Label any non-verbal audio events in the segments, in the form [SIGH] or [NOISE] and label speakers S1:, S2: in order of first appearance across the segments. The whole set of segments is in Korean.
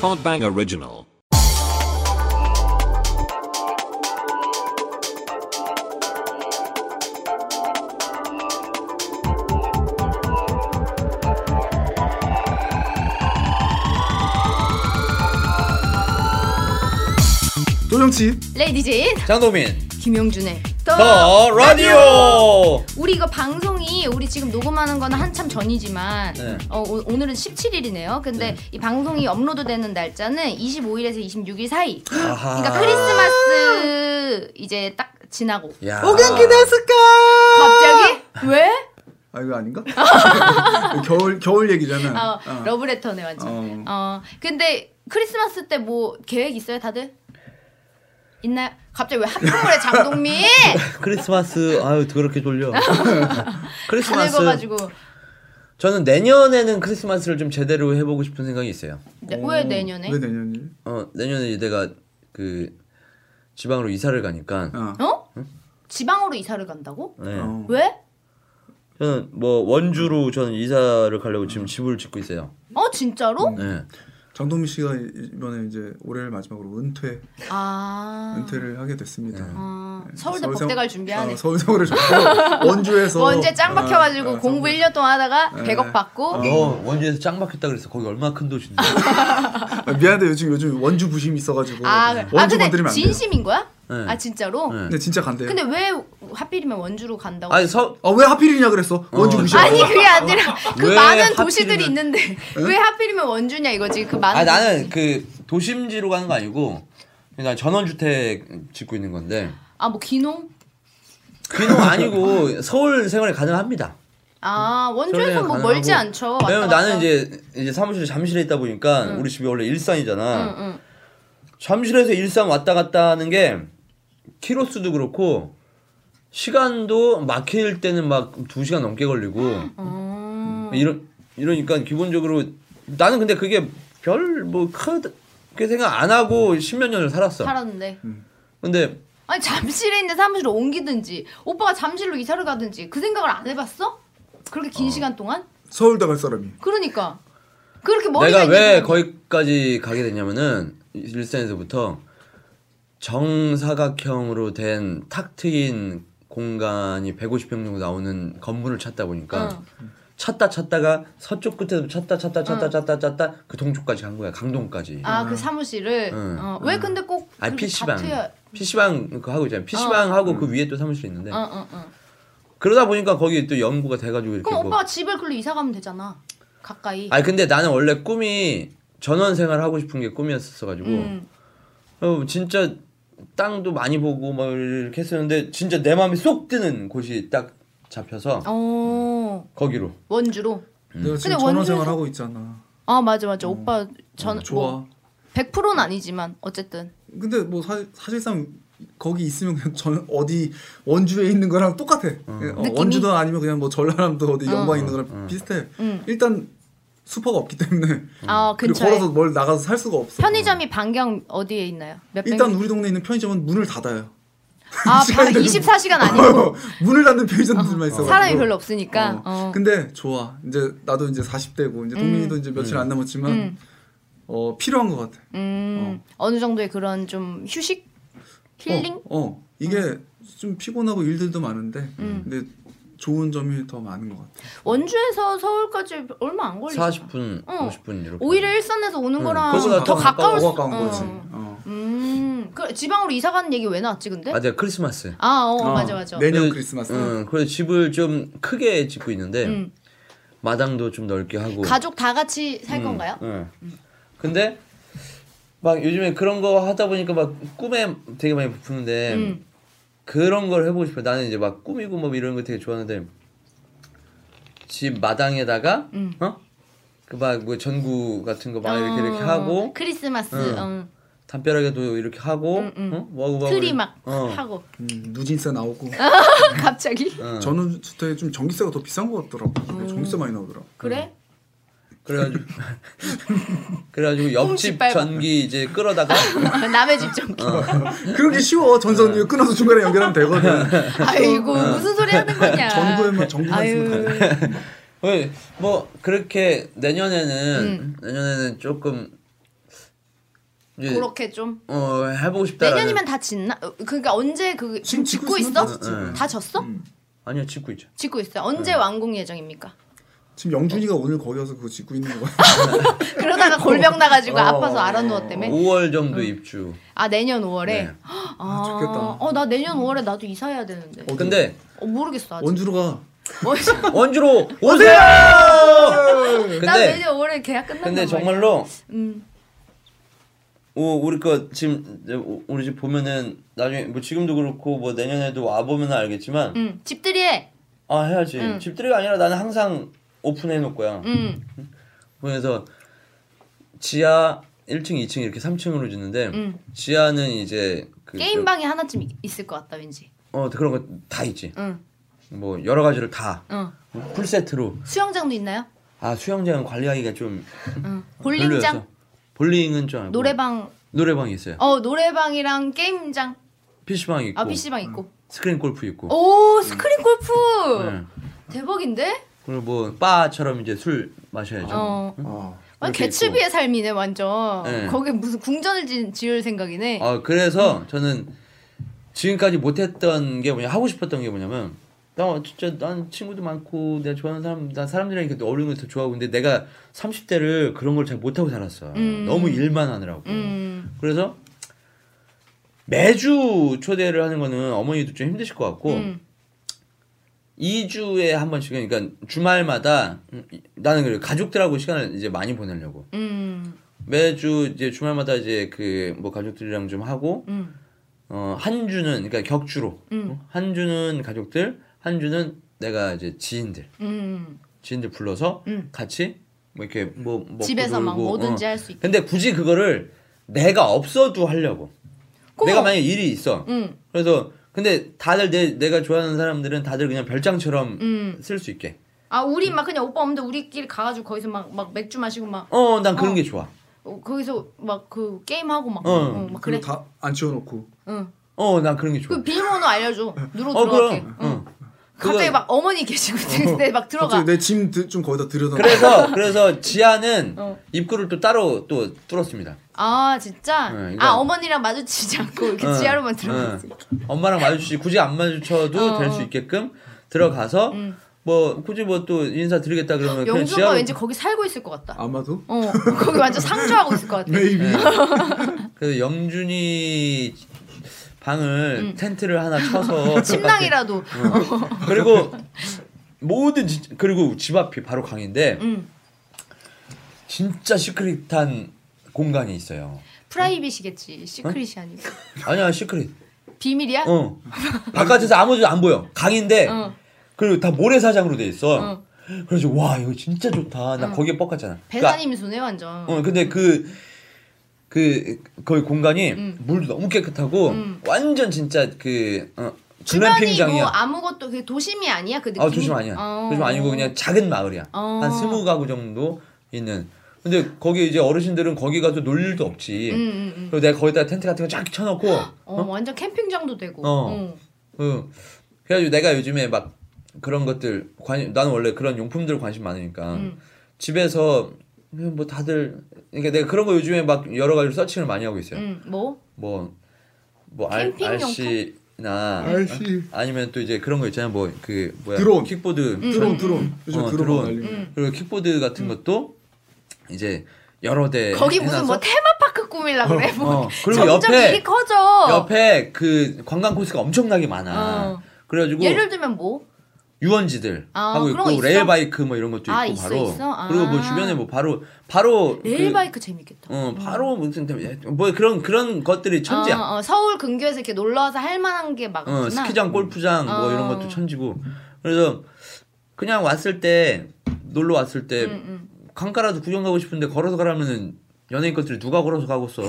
S1: Podbang Original.
S2: 조정치
S3: 레이디 제인
S4: 장동민
S3: 김용준의 더,
S4: 더 라디오
S3: 우리 이거 방송이 우리 지금 녹음하는 거는 한참 전이지만
S4: 네.
S3: 어, 오, 오늘은 17일이네요. 근데 이 방송이 업로드되는 날짜는 25일에서 26일 사이. 그러니까 크리스마스 이제 딱 지나고
S4: 야. [LAUGHS]
S3: 갑자기 왜?
S2: 아 이거 아닌가? [LAUGHS] 겨울 겨울 얘기잖아.
S3: 어,
S2: 어.
S3: 러브레터네 완전. 어. 근데 크리스마스 때 뭐 계획 있어요 다들? 있나요? 갑자기 왜
S4: [LAUGHS]
S3: 합동을 해 장동민?
S4: 크리스마스 아유 그렇게 돌려
S3: 다
S4: 크리스마스
S3: 늙어가지고
S4: 저는 내년에는 크리스마스를 좀 제대로 해보고 싶은 생각이 있어요
S3: 네, 왜 내년에?
S2: 왜 내년이?
S4: 어 내년에 이제 내가 그 지방으로 이사를 가니까
S2: 어.
S3: 어? 지방으로 이사를 간다고?
S4: 네.
S2: 어.
S3: 왜?
S4: 저는 뭐 원주로 저는 이사를 가려고 지금 집을 짓고 있어요
S3: 어 진짜로?
S4: 네.
S2: 정동민 씨가 이번에 이제 올해를 마지막으로 은퇴
S3: 아.
S2: 은퇴를 하게 됐습니다.
S4: 네.
S2: 네.
S3: 어, 서울대
S2: 서울 생-
S3: 법대 갈 준비하네.
S4: 아,
S2: 어, 서울 서울을 좋고
S3: [LAUGHS]
S2: 원주에서
S3: 원제 짱 박혀가지고
S2: 어, 어,
S3: 공부 1년 동안 하다가
S2: 네.
S3: 100억 받고
S4: 너 원주에서 짱 박혔다 그랬어 거기 얼마나
S3: [LAUGHS]
S4: 큰 도시인데
S2: 아, 미안한데 요즘 요즘 원주 부심이 있어가지고
S3: 아, 그래. 아
S2: 원주
S3: 근데
S2: 건드리면 안 돼요.
S3: 진심인 거야?
S4: 네.
S3: 아 진짜로?
S4: 네.
S2: 근데 진짜 간대요.
S3: 근데 왜 하필이면 원주로 간다고?
S4: 아니 서
S2: 아 왜 하필이냐 그랬어? 원주
S4: 어.
S3: [LAUGHS]
S2: 부심.
S3: 아니 그게 아니라 그
S4: 왜
S3: 많은
S4: 하필이면-
S3: 도시들이 있는데 [LAUGHS] 왜 하필이면 원주냐 이거지 그 많은
S4: 아 나는 그 도심지로 가는 거 아니고 나 전원주택 짓고 있는 건데
S3: 아뭐 기농?
S4: 귀농 아니고 서울 생활이 가능합니다.
S3: 아 원주에서
S4: 서울에
S3: 뭐
S4: 가능하고.
S3: 멀지 않죠 왔다
S4: 왜냐면
S3: 갔다.
S4: 나는 이제 이제 사무실 잠실에 있다 보니까 우리 집이 원래 일산이잖아.
S3: 응,
S4: 잠실에서 일산 왔다 갔다 하는 게 키로수도 그렇고 시간도 막힐 때는 막 두 시간 넘게 걸리고
S3: 음.
S4: 이런 이러니까 기본적으로 나는 근데 그게 별 뭐 크게 생각 안 하고 십몇 년을 살았어.
S3: 살았는데
S4: 근데
S3: 아니 잠실에 있는 사무실로 옮기든지 오빠가 잠실로 이사를 가든지 그 생각을 안 해봤어? 그렇게 긴 시간 동안?
S2: 서울다 갈 사람이.
S3: 그러니까 그렇게 머리가
S4: 내가 왜
S3: 있는
S4: 거기까지 가게 됐냐면은 일산에서부터 정사각형으로 된 탁 트인 공간이 150평 정도 나오는 건물을 찾다 보니까 찾다 찾다가 서쪽 끝에서 찾다 찾다 찾다 찾다 찾다 그 동쪽까지 간 거야 강동까지. 아,
S3: 아그 사무실을
S4: 응.
S3: 어, 왜 근데 꼭
S4: 니
S3: 그렇게
S4: PC방.
S3: 다투야 어.
S4: PC방 그거 하고 있잖아. PC방 하고 그 위에 또 사무실 있는데.
S3: 응, 응, 응.
S4: 그러다 보니까 거기 또 연구가 돼 가지고 이렇게
S3: 어, 그럼
S4: 뭐-
S3: 오빠가 집을 글로 이사 가면 되잖아 가까이
S4: 아니 근데 나는 원래 꿈이 전원 생활 하고 싶은 게 꿈이었어 가지고
S2: 뭐.
S3: 음.
S4: 어, 진짜 땅도 많이 보고 막 이렇게 했었는데 진짜 내 마음이 쏙 드는 곳이 딱 잡혀서
S3: 어
S4: 거기로
S3: 원주로
S2: 내가 지금
S3: 근데
S2: 전원 생활
S3: 원주에서-
S2: 하고 있잖아.
S3: 아 맞아 맞아 오빠 전
S2: 음. 좋아.
S3: 뭐, 100%는 아니지만 어쨌든
S2: 근데 뭐 사, 사실상 거기 있으면 그냥 전 어디 원주에 있는 거랑 똑같아. 예, 어,
S3: 느낌이?
S2: 원주도 아니면 그냥 뭐 전라남도 어디 연방 에 있는 거랑 비슷해.
S3: 음.
S2: 일단 슈퍼가 없기 때문에
S3: 아
S2: 음. 그리고
S3: 근처에
S2: 걸어서 뭘 나가서 살 수가 없어.
S3: 편의점이 반경 어디에 있나요? 몇
S2: 일단
S3: 백미-
S2: 우리 동네에 있는 편의점은 문을 닫아요.
S3: 아 바,
S2: 시간이 되는
S3: 24시간 아니고
S2: [LAUGHS] 문을 닫는 편의점들만 있어.
S3: 사람이 별로 없으니까 어.
S2: 근데 좋아. 이제 나도 이제 40대고 이제 동민이도 이제 며칠 안 남았지만
S3: 음.
S2: 어, 필요한 것 같아.
S3: 음, 어. 느 정도의 그런 좀 휴식 힐링
S2: 어, 어. 이게 좀 피곤하고 일들도 많은데 근데 좋은 점이 더 많은 것 같아.
S3: 원주에서 서울까지 얼마 안 걸리죠
S4: 40분
S3: 어.
S4: 50분 이렇게
S3: 오히려 일산에서 오는 거랑
S4: 그거보다
S3: 더
S4: 더
S3: 가까울 수
S2: 더 가까운 거지.
S3: 어.
S2: 어.
S3: 음, 그 지방으로 이사 가는 얘기 왜 나왔지 근데?
S4: 아 내가 크리스마스
S3: 아, 어,
S2: 어,
S3: 맞아 맞아.
S2: 내년
S4: 그래서-
S2: 크리스마스.
S4: 응, 그래서 집을 좀 크게 짓고 있는데
S3: 음.
S4: 마당도 좀 넓게 하고
S3: 가족 다 같이 살
S4: 음.
S3: 건가요?
S4: 응. 근데 막 요즘에 그런 거 하다 보니까 막 꿈에 되게 많이 부푸는데
S3: 음.
S4: 그런 걸 해보고 싶어요. 나는 이제 막 꾸미고 뭐 이런 거 되게 좋아하는데 집 마당에다가
S3: 음.
S4: 어? 그 막 뭐 전구 같은 거 막 이렇게
S3: 어,
S4: 이렇게 하고
S3: 크리스마스
S4: 응.
S3: 응.
S4: 담벼락에도 이렇게 하고
S3: 음, 음.
S4: 어? 뭐하고 뭐하고
S3: 트리
S4: 이렇게-
S3: 막
S4: 어.
S3: 하고 [LAUGHS]
S2: 음, 누진세 나오고
S3: 어. 갑자기
S4: 어.
S2: 전원 주택이 좀 전기세가 더 비싼 것 같더라고.
S3: 음.
S2: 근데 전기세 많이 나오더라고.
S3: 그래? [LAUGHS]
S4: 그래가지고 [LAUGHS] 그래가지고 옆집
S3: 빨고.
S4: 전기 이제
S3: [LAUGHS]
S4: 끌어다가
S3: 남의 집 전기.
S2: 그런 게 쉬워.
S3: 네.
S2: 전선 이거 끊어서 중간에 연결하면 되거든.
S3: 아이고 무슨 소리 하는 거냐.
S2: 전구에만 전구만 있으면 돼.
S3: 아유. 음.
S4: 어, 뭐 그렇게 내년에는 내년에는 조금 이제
S3: 그렇게 좀
S4: 어 해보고 싶다라는
S3: 내년이면 다 짓나? 어, 그러니까 언제 그 지금
S2: 지금 짓고
S3: 짓고
S2: 있으면
S3: 있어?
S2: 다 짓지.
S3: 다 졌어?
S2: 음.
S4: 아니요 짓고 있죠.
S3: 짓고 있어요. 언제 완공 예정입니까?
S2: 지금 영준이가 오늘 거기 와서 그거 짓고 있는 거야.
S3: 아, 그러다가 골병 나가지고
S2: 어.
S3: 아파서 알아누웠다며?
S4: 5월 정도 입주.
S3: 아 내년 5월에.
S4: 어. 네.
S3: 아,
S2: 좋겠다.
S3: 어나 내년 5월에 나도 이사해야 되는데.
S2: 어디?
S4: 근데
S3: 어, 모르겠어 아직. 어,
S2: 원주로 가.
S3: 원-
S4: 원주로 오세요.
S3: 아. 네. 나
S4: 근데
S3: 내년 5월에 계약 끝난단
S4: 근데
S3: 말이야.
S4: 정말로
S3: 음.
S4: 오, 우리 거 지금 이제 우- 우리 집 보면은 나중에 뭐 지금도 그렇고 뭐 내년에도 와 보면 알겠지만
S3: 음. 집들이 해.
S4: 아 해야지
S3: 응.
S4: 집들이가 아니라 나는 항상 오픈해 놓을 거야.
S3: 음.
S4: 그래서 지하 1층, 2층 이렇게 3층으로 짓는데
S3: 응.
S4: 지하는 이제 그
S3: 음. 게임 방이 하나쯤 이- 있을 것 같다 왠지.
S4: 어 그런 거 다 있지.
S3: 응.
S4: 뭐 여러 가지를 다
S3: 응.
S4: 풀세트로
S3: 수영장도 있나요?
S4: 아 수영장은 관리하기가 좀
S3: 응.
S4: 별로여서
S3: 볼링장,
S4: 볼링은 좀 알고.
S3: 노래방.
S4: 노래방이 있어요.
S3: 어 노래방이랑 게임장.
S4: PC방 있고
S3: 아 PC방 있고.
S4: 스크린 골프 있고
S3: 오 스크린 골프.
S4: 네.
S3: 대박인데?
S4: 그리고 뭐 바처럼 이제 술 마셔야죠.
S3: 어.
S2: 아.
S3: 완전
S4: 이렇게
S3: 개츠비의 삶이네 완전.
S4: 네.
S3: 거기 무슨 궁전을 지- 지을 생각이네.
S4: 아 그래서 저는 지금까지 못했던 게 뭐냐 하고 싶었던 게 뭐냐면 나 진짜 난 친구도 많고 내가 좋아하는 사람 난 사람들이랑 이렇게 어울리는 걸더 좋아하고 근데 내가 30대를 그런 걸 잘 못하고 살았어
S3: 음.
S4: 너무 일만 하느라고
S3: 음.
S4: 그래서 매주 초대를 하는 거는 어머니도 좀 힘드실 것 같고
S3: 음.
S4: 2주에 한 번씩은 그러니까 주말마다 음, 이- 나는 그래 가족들하고 시간을 이제 많이 보내려고
S3: 음.
S4: 매주 이제 주말마다 이제 그 뭐 가족들이랑 좀 하고
S3: 음.
S4: 어, 한 주는 그러니까 격주로
S3: 음.
S4: 어? 한 주는 가족들, 한 주는 내가 이제 지인들,
S3: 음.
S4: 지인들 불러서
S3: 음.
S4: 같이 뭐 이렇게 뭐 먹고
S3: 집에서 막
S4: 놀고,
S3: 뭐든지
S4: 어.
S3: 할 수 있게.
S4: 근데 굳이 그거를 내가 없어도 하려고.
S3: 그럼.
S4: 내가 만약 에 일이 있어.
S3: 음.
S4: 그래서 근데 다들 내 내가 좋아하는 사람들은 다들 그냥 별장처럼
S3: 음.
S4: 쓸 수 있게.
S3: 아 우리 막 그냥 오빠 없는데 우리끼리 가가지고 거기서 막 막 맥주 마시고 막
S4: 어, 난 그런
S3: 어.
S4: 게 좋아.
S3: 어, 거기서 막 그 게임 하고 막,
S4: 어.
S3: 어, 막 그래.
S2: 그래. 다안 치워놓고.
S3: 응.
S4: 어, 난 그런 게 좋아.
S3: 그 비밀번호 알려줘. 누르
S4: 어,
S3: 들어갈게. 음.
S4: 그럼.
S3: 응.
S4: 어.
S3: 갑자기
S4: 그거-
S3: 막 어머니 계시고 [LAUGHS] 근데 막 들어가.
S2: 갑자기 내짐 좀 거기다 들여다.
S4: 그래서 그래서 지하는
S3: 어.
S4: 입구를 또 따로 또 뚫었습니다.
S3: 아 진짜?
S4: 네, 이거-
S3: 아 어머니랑 마주치지 않고 이렇게
S4: 응,
S3: 지하로만 들어가지.
S4: 응. 엄마랑 마주치지 굳이 안 마주쳐도
S3: 어,
S4: 될 수
S3: 어.
S4: 있게끔 들어가서 뭐 굳이 뭐 또 인사 드리겠다 그러면 그냥
S3: 영주가
S4: 지하로
S3: 왠지 거기 살고 있을 것 같다.
S2: 아마도.
S3: 어 [LAUGHS] 거기 완전 상주하고 있을 것 같아.
S2: Maybe.
S3: 네.
S4: 그래서 영준이 방을 텐트를 하나 쳐서
S3: 음. [LAUGHS] 침낭이라도.
S4: 어. 그리고 모든 진- 그리고 집 앞이 바로 강인데
S3: 응. 진짜
S4: 진짜 시크릿한 공간이 있어요.
S3: 프라이빗이겠지. 시크릿이 아니고
S4: 아니야 시크릿.
S3: 비밀이야?
S4: 어. 그러니까 바깥에서 아무도 안 보여. 강인데
S3: 어.
S4: 그리고 다 모래사장으로 돼 있어.
S3: 어.
S4: 그래서 와 이거 진짜 좋다. 나
S3: 응.
S4: 거기에 뻑갔잖아. 그러니까
S3: 배사님 손에 완전.
S4: 어 근데 그 그, 거기 공간이
S3: 음.
S4: 물도 너무 깨끗하고,
S3: 음.
S4: 완전 진짜 그, 어,
S3: 주변이 뭐
S4: 글램핑장이야.
S3: 아무것도 그 도심이 아니야 그 느낌.
S4: 아, 도심 아니야.
S3: 어.
S4: 도심 아니고 그냥 작은 마을이야.
S3: 어.
S4: 한 스무 가구 정도 있는. 근데 거기 이제 어르신들은 거기 가서 놀 일도 없지.
S3: 응, 응, 응.
S4: 그리고 내가 거기다 텐트 같은 거 쫙 쳐놓고,
S3: 음, 어, 완전 캠핑장도 되고.
S4: 어.
S3: 응.
S4: 응. 그래가지고 내가 요즘에 막 그런 것들 관심 나는 원래 그런 용품들 관심 많으니까
S3: 음.
S4: 집에서 뭐 다들 그러니까 내가 그런 거 요즘에 막 여러 가지로 서칭을 많이 하고 있어요.
S3: 응. 뭐?
S4: 뭐 뭐 알
S3: 캠핑 용품?
S4: 알씨나
S2: 알씨.
S4: 아니면 또 이제 그런 거 있잖아요. 뭐 그 뭐야
S2: 드론.
S4: 킥보드
S3: 음.
S2: 드론 드론. 요즘
S4: 어,
S2: 드론
S4: 드론.
S2: 날리는.
S4: 그리고 킥보드 같은 것도 이제 여러 대
S3: 거기 무슨 뭐
S4: 해놔서
S3: 테마파크 꾸밀라 그래.
S4: 네, 어,
S3: 뭐
S4: 어. 그리고
S3: 점점
S4: 옆에-
S3: 일이 커져.
S4: 옆에 그 관광 코스가 엄청나게 많아.
S3: 어.
S4: 그래가지고
S3: 예를 들면 뭐?
S4: 유원지들
S3: 아,
S4: 하고
S3: 그런 거
S4: 있고
S3: 있어?
S4: 레일 바이크 뭐 이런 것도 있고
S3: 아, 있어,
S4: 바로
S3: 있어? 아.
S4: 그리고 뭐 주변에 뭐 바로 바로 그-
S3: 레일바이크 재밌겠다.
S4: 어 바로 무슨 뭐 그런 그런 것들이 천지야.
S3: 어, 어, 어. 서울 근교에서 이렇게 놀러 와서 할 만한 게 막.
S4: 어, 스키장, 골프장 뭐 이런
S3: 어.
S4: 것도 천지고. 그래서 그냥 왔을 때 놀러 왔을 때
S3: 음.
S4: 강가라도 구경 가고 싶은데 걸어서 가라면은 연예인 것들이 누가 걸어서 가겠어.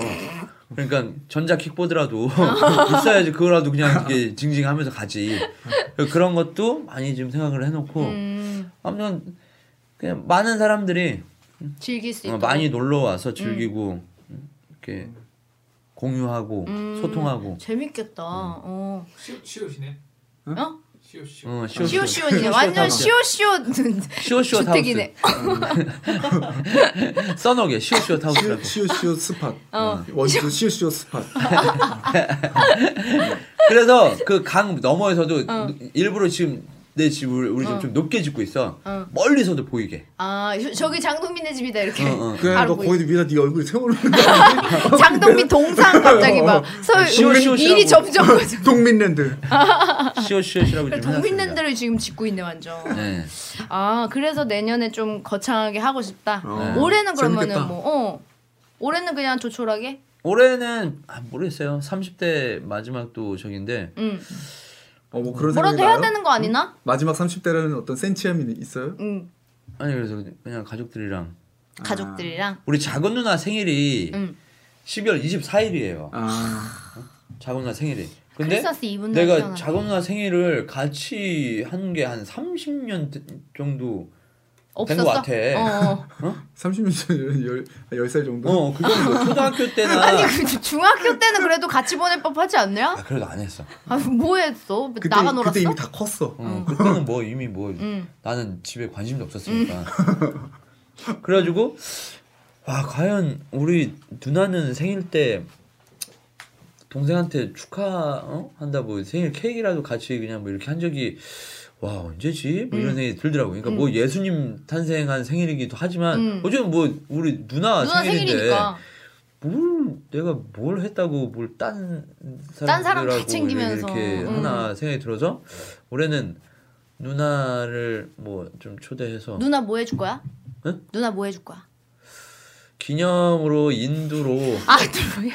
S4: 그러니까 전자
S3: [LAUGHS]
S4: 킥보드라도 [LAUGHS] 있어야지 그거라도 그냥 이게 징징하면서 가지. 그런 것도 많이 지금 생각을 해놓고
S3: 음,
S4: 아무튼 그냥 많은 사람들이
S3: 즐길 수
S4: 어,
S3: 있도록.
S4: 많이 놀러 와서 즐기고 이렇게 공유하고
S3: 음.
S4: 소통하고 음.
S3: 재밌겠다. 어.
S1: 시, 시옷이네.
S3: 어?
S4: 어,
S3: 쇼
S4: 쇼쇼.
S3: 쇼네 완전 쇼쇼
S4: 쇼쇼
S3: 주택이네.
S4: 써너게 쇼쇼 타운이라고.
S2: 음. 시오시오 스팟 음.
S3: 어.
S2: 원주
S3: [LAUGHS]
S2: 시오시오 스팟
S4: 그래서 그 강 너머에서도
S3: 어.
S4: 일부러 지금 내 집을 우리 집 좀 높게 짓고 있어.
S3: 어.
S4: 멀리서도 보이게.
S3: 아 저- 저기 장동민의 집이다 이렇게.
S4: 어, 어.
S2: 그게
S3: 바로
S2: 아니고 거기 위에다 네
S3: [LAUGHS]
S2: 얼굴이 세워놓는다 어. 아,
S3: 장동민
S2: [LAUGHS]
S3: 동상 갑자기 막 서울
S4: 쇼, 쇼,
S3: 일이
S4: 쇼라고.
S3: 점점 커져.
S2: 동민랜드
S4: 쇼쇼쇼라고 좀 해놨습니다.
S3: 그 동민랜드를 지금 짓고 있네 완전.
S4: 네.
S3: 아 그래서 내년에 좀 거창하게 하고 싶다.
S2: 어.
S3: 올해는 그러면은
S2: 재밌겠다.
S3: 뭐 어. 올해는 그냥 조촐하게.
S4: 올해는 아, 모르겠어요. 30대 마지막 또 저긴데
S3: 음.
S2: 어뭐 그런
S3: 뭐라도
S2: 생각이
S3: 해야
S2: 나요?
S3: 되는 거 아니나?
S2: 마지막 30대라는 어떤 센치함이 있어요?
S3: 음.
S4: 아니 그래서 그냥 가족들이랑
S3: 가족들이랑.
S4: 우리 작은 누나 생일이
S3: 음.
S4: 12월 24일이에요.
S2: 아
S4: 작은 누나 생일이. 근데
S3: 아, 크리스마스 이브 날
S4: 내가
S3: 태어났네.
S4: 작은 누나 생일을 같이 한 게 한 30년 정도
S3: 없었어.
S4: 거 같아.
S3: 어, 어.
S2: 30년 전에 10살 정도?
S4: 어, 그건뭐 초등학교 때나
S3: 아니 그 중학교 때는 그래도 같이 보낼 법하지 않냐?
S4: 아, 그래도 안 했어.
S3: 아, 뭐 했어?
S2: 그때,
S3: 나가 놀았어?
S2: 그때 이미 다 컸어
S4: 어, 그때는 뭐 이미 뭐
S3: 응.
S4: 나는 집에 관심도 없었으니까. [LAUGHS] 그래가지고 와 과연 우리 누나는 생일 때 동생한테 축하 어? 한다고 생일 케이크라도 같이 그냥 뭐 이렇게 한 적이 와 언제지 뭐
S3: 음.
S4: 이런 생각이 들더라고. 그러니까 뭐 예수님 탄생한 생일이기도 하지만
S3: 음.
S4: 어쨌든 뭐 우리 누나,
S3: 누나
S4: 생일인데
S3: 생일이니까.
S4: 뭘 내가 뭘 했다고 뭘 딴
S3: 딴
S4: 사람들하고
S3: 사람 다
S4: 이렇게-
S3: 챙기면서.
S4: 이렇게
S3: 음.
S4: 하나 생각이 들어서 올해는 누나를 뭐 좀 초대해서
S3: 누나 뭐 해줄 거야?
S4: 네?
S3: 누나 뭐 해줄 거야?
S4: 기념으로 인두로
S3: 아, 누구야?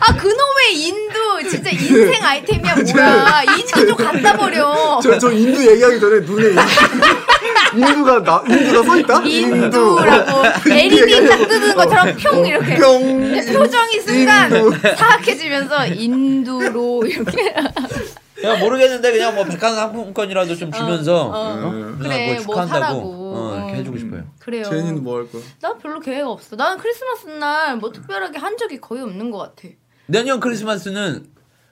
S3: 아 그놈의 인두 진짜 인생 아이템이야 뭐야? 인두 좀 갖다 버려.
S2: 저, 저 인두 얘기하기 전에 눈에 인- [LAUGHS] 인두가 나, 인두가 써있다?
S3: 인두라고 LED 딱 뜨는 것처럼 평 이렇게
S2: 뿅
S3: 표정이 순간
S2: 인두.
S3: 사악해지면서 인두로 이렇게
S4: 야 모르겠는데 그냥 뭐 백화점 상품권이라도 좀 주면서
S3: 어.
S2: 어.
S4: 누나
S3: 그래,
S4: 그거
S3: 뭐
S4: 축하한다고
S3: 사라고.
S4: 어, 이렇게
S3: 어.
S4: 해주고 싶어요.
S3: 그래요.
S2: 제니는 뭐 할 거야?
S3: 나 별로 계획 없어. 나는 크리스마스 날 뭐 특별하게 한 적이 거의 없는 것 같아.
S4: 내년 크리스마스는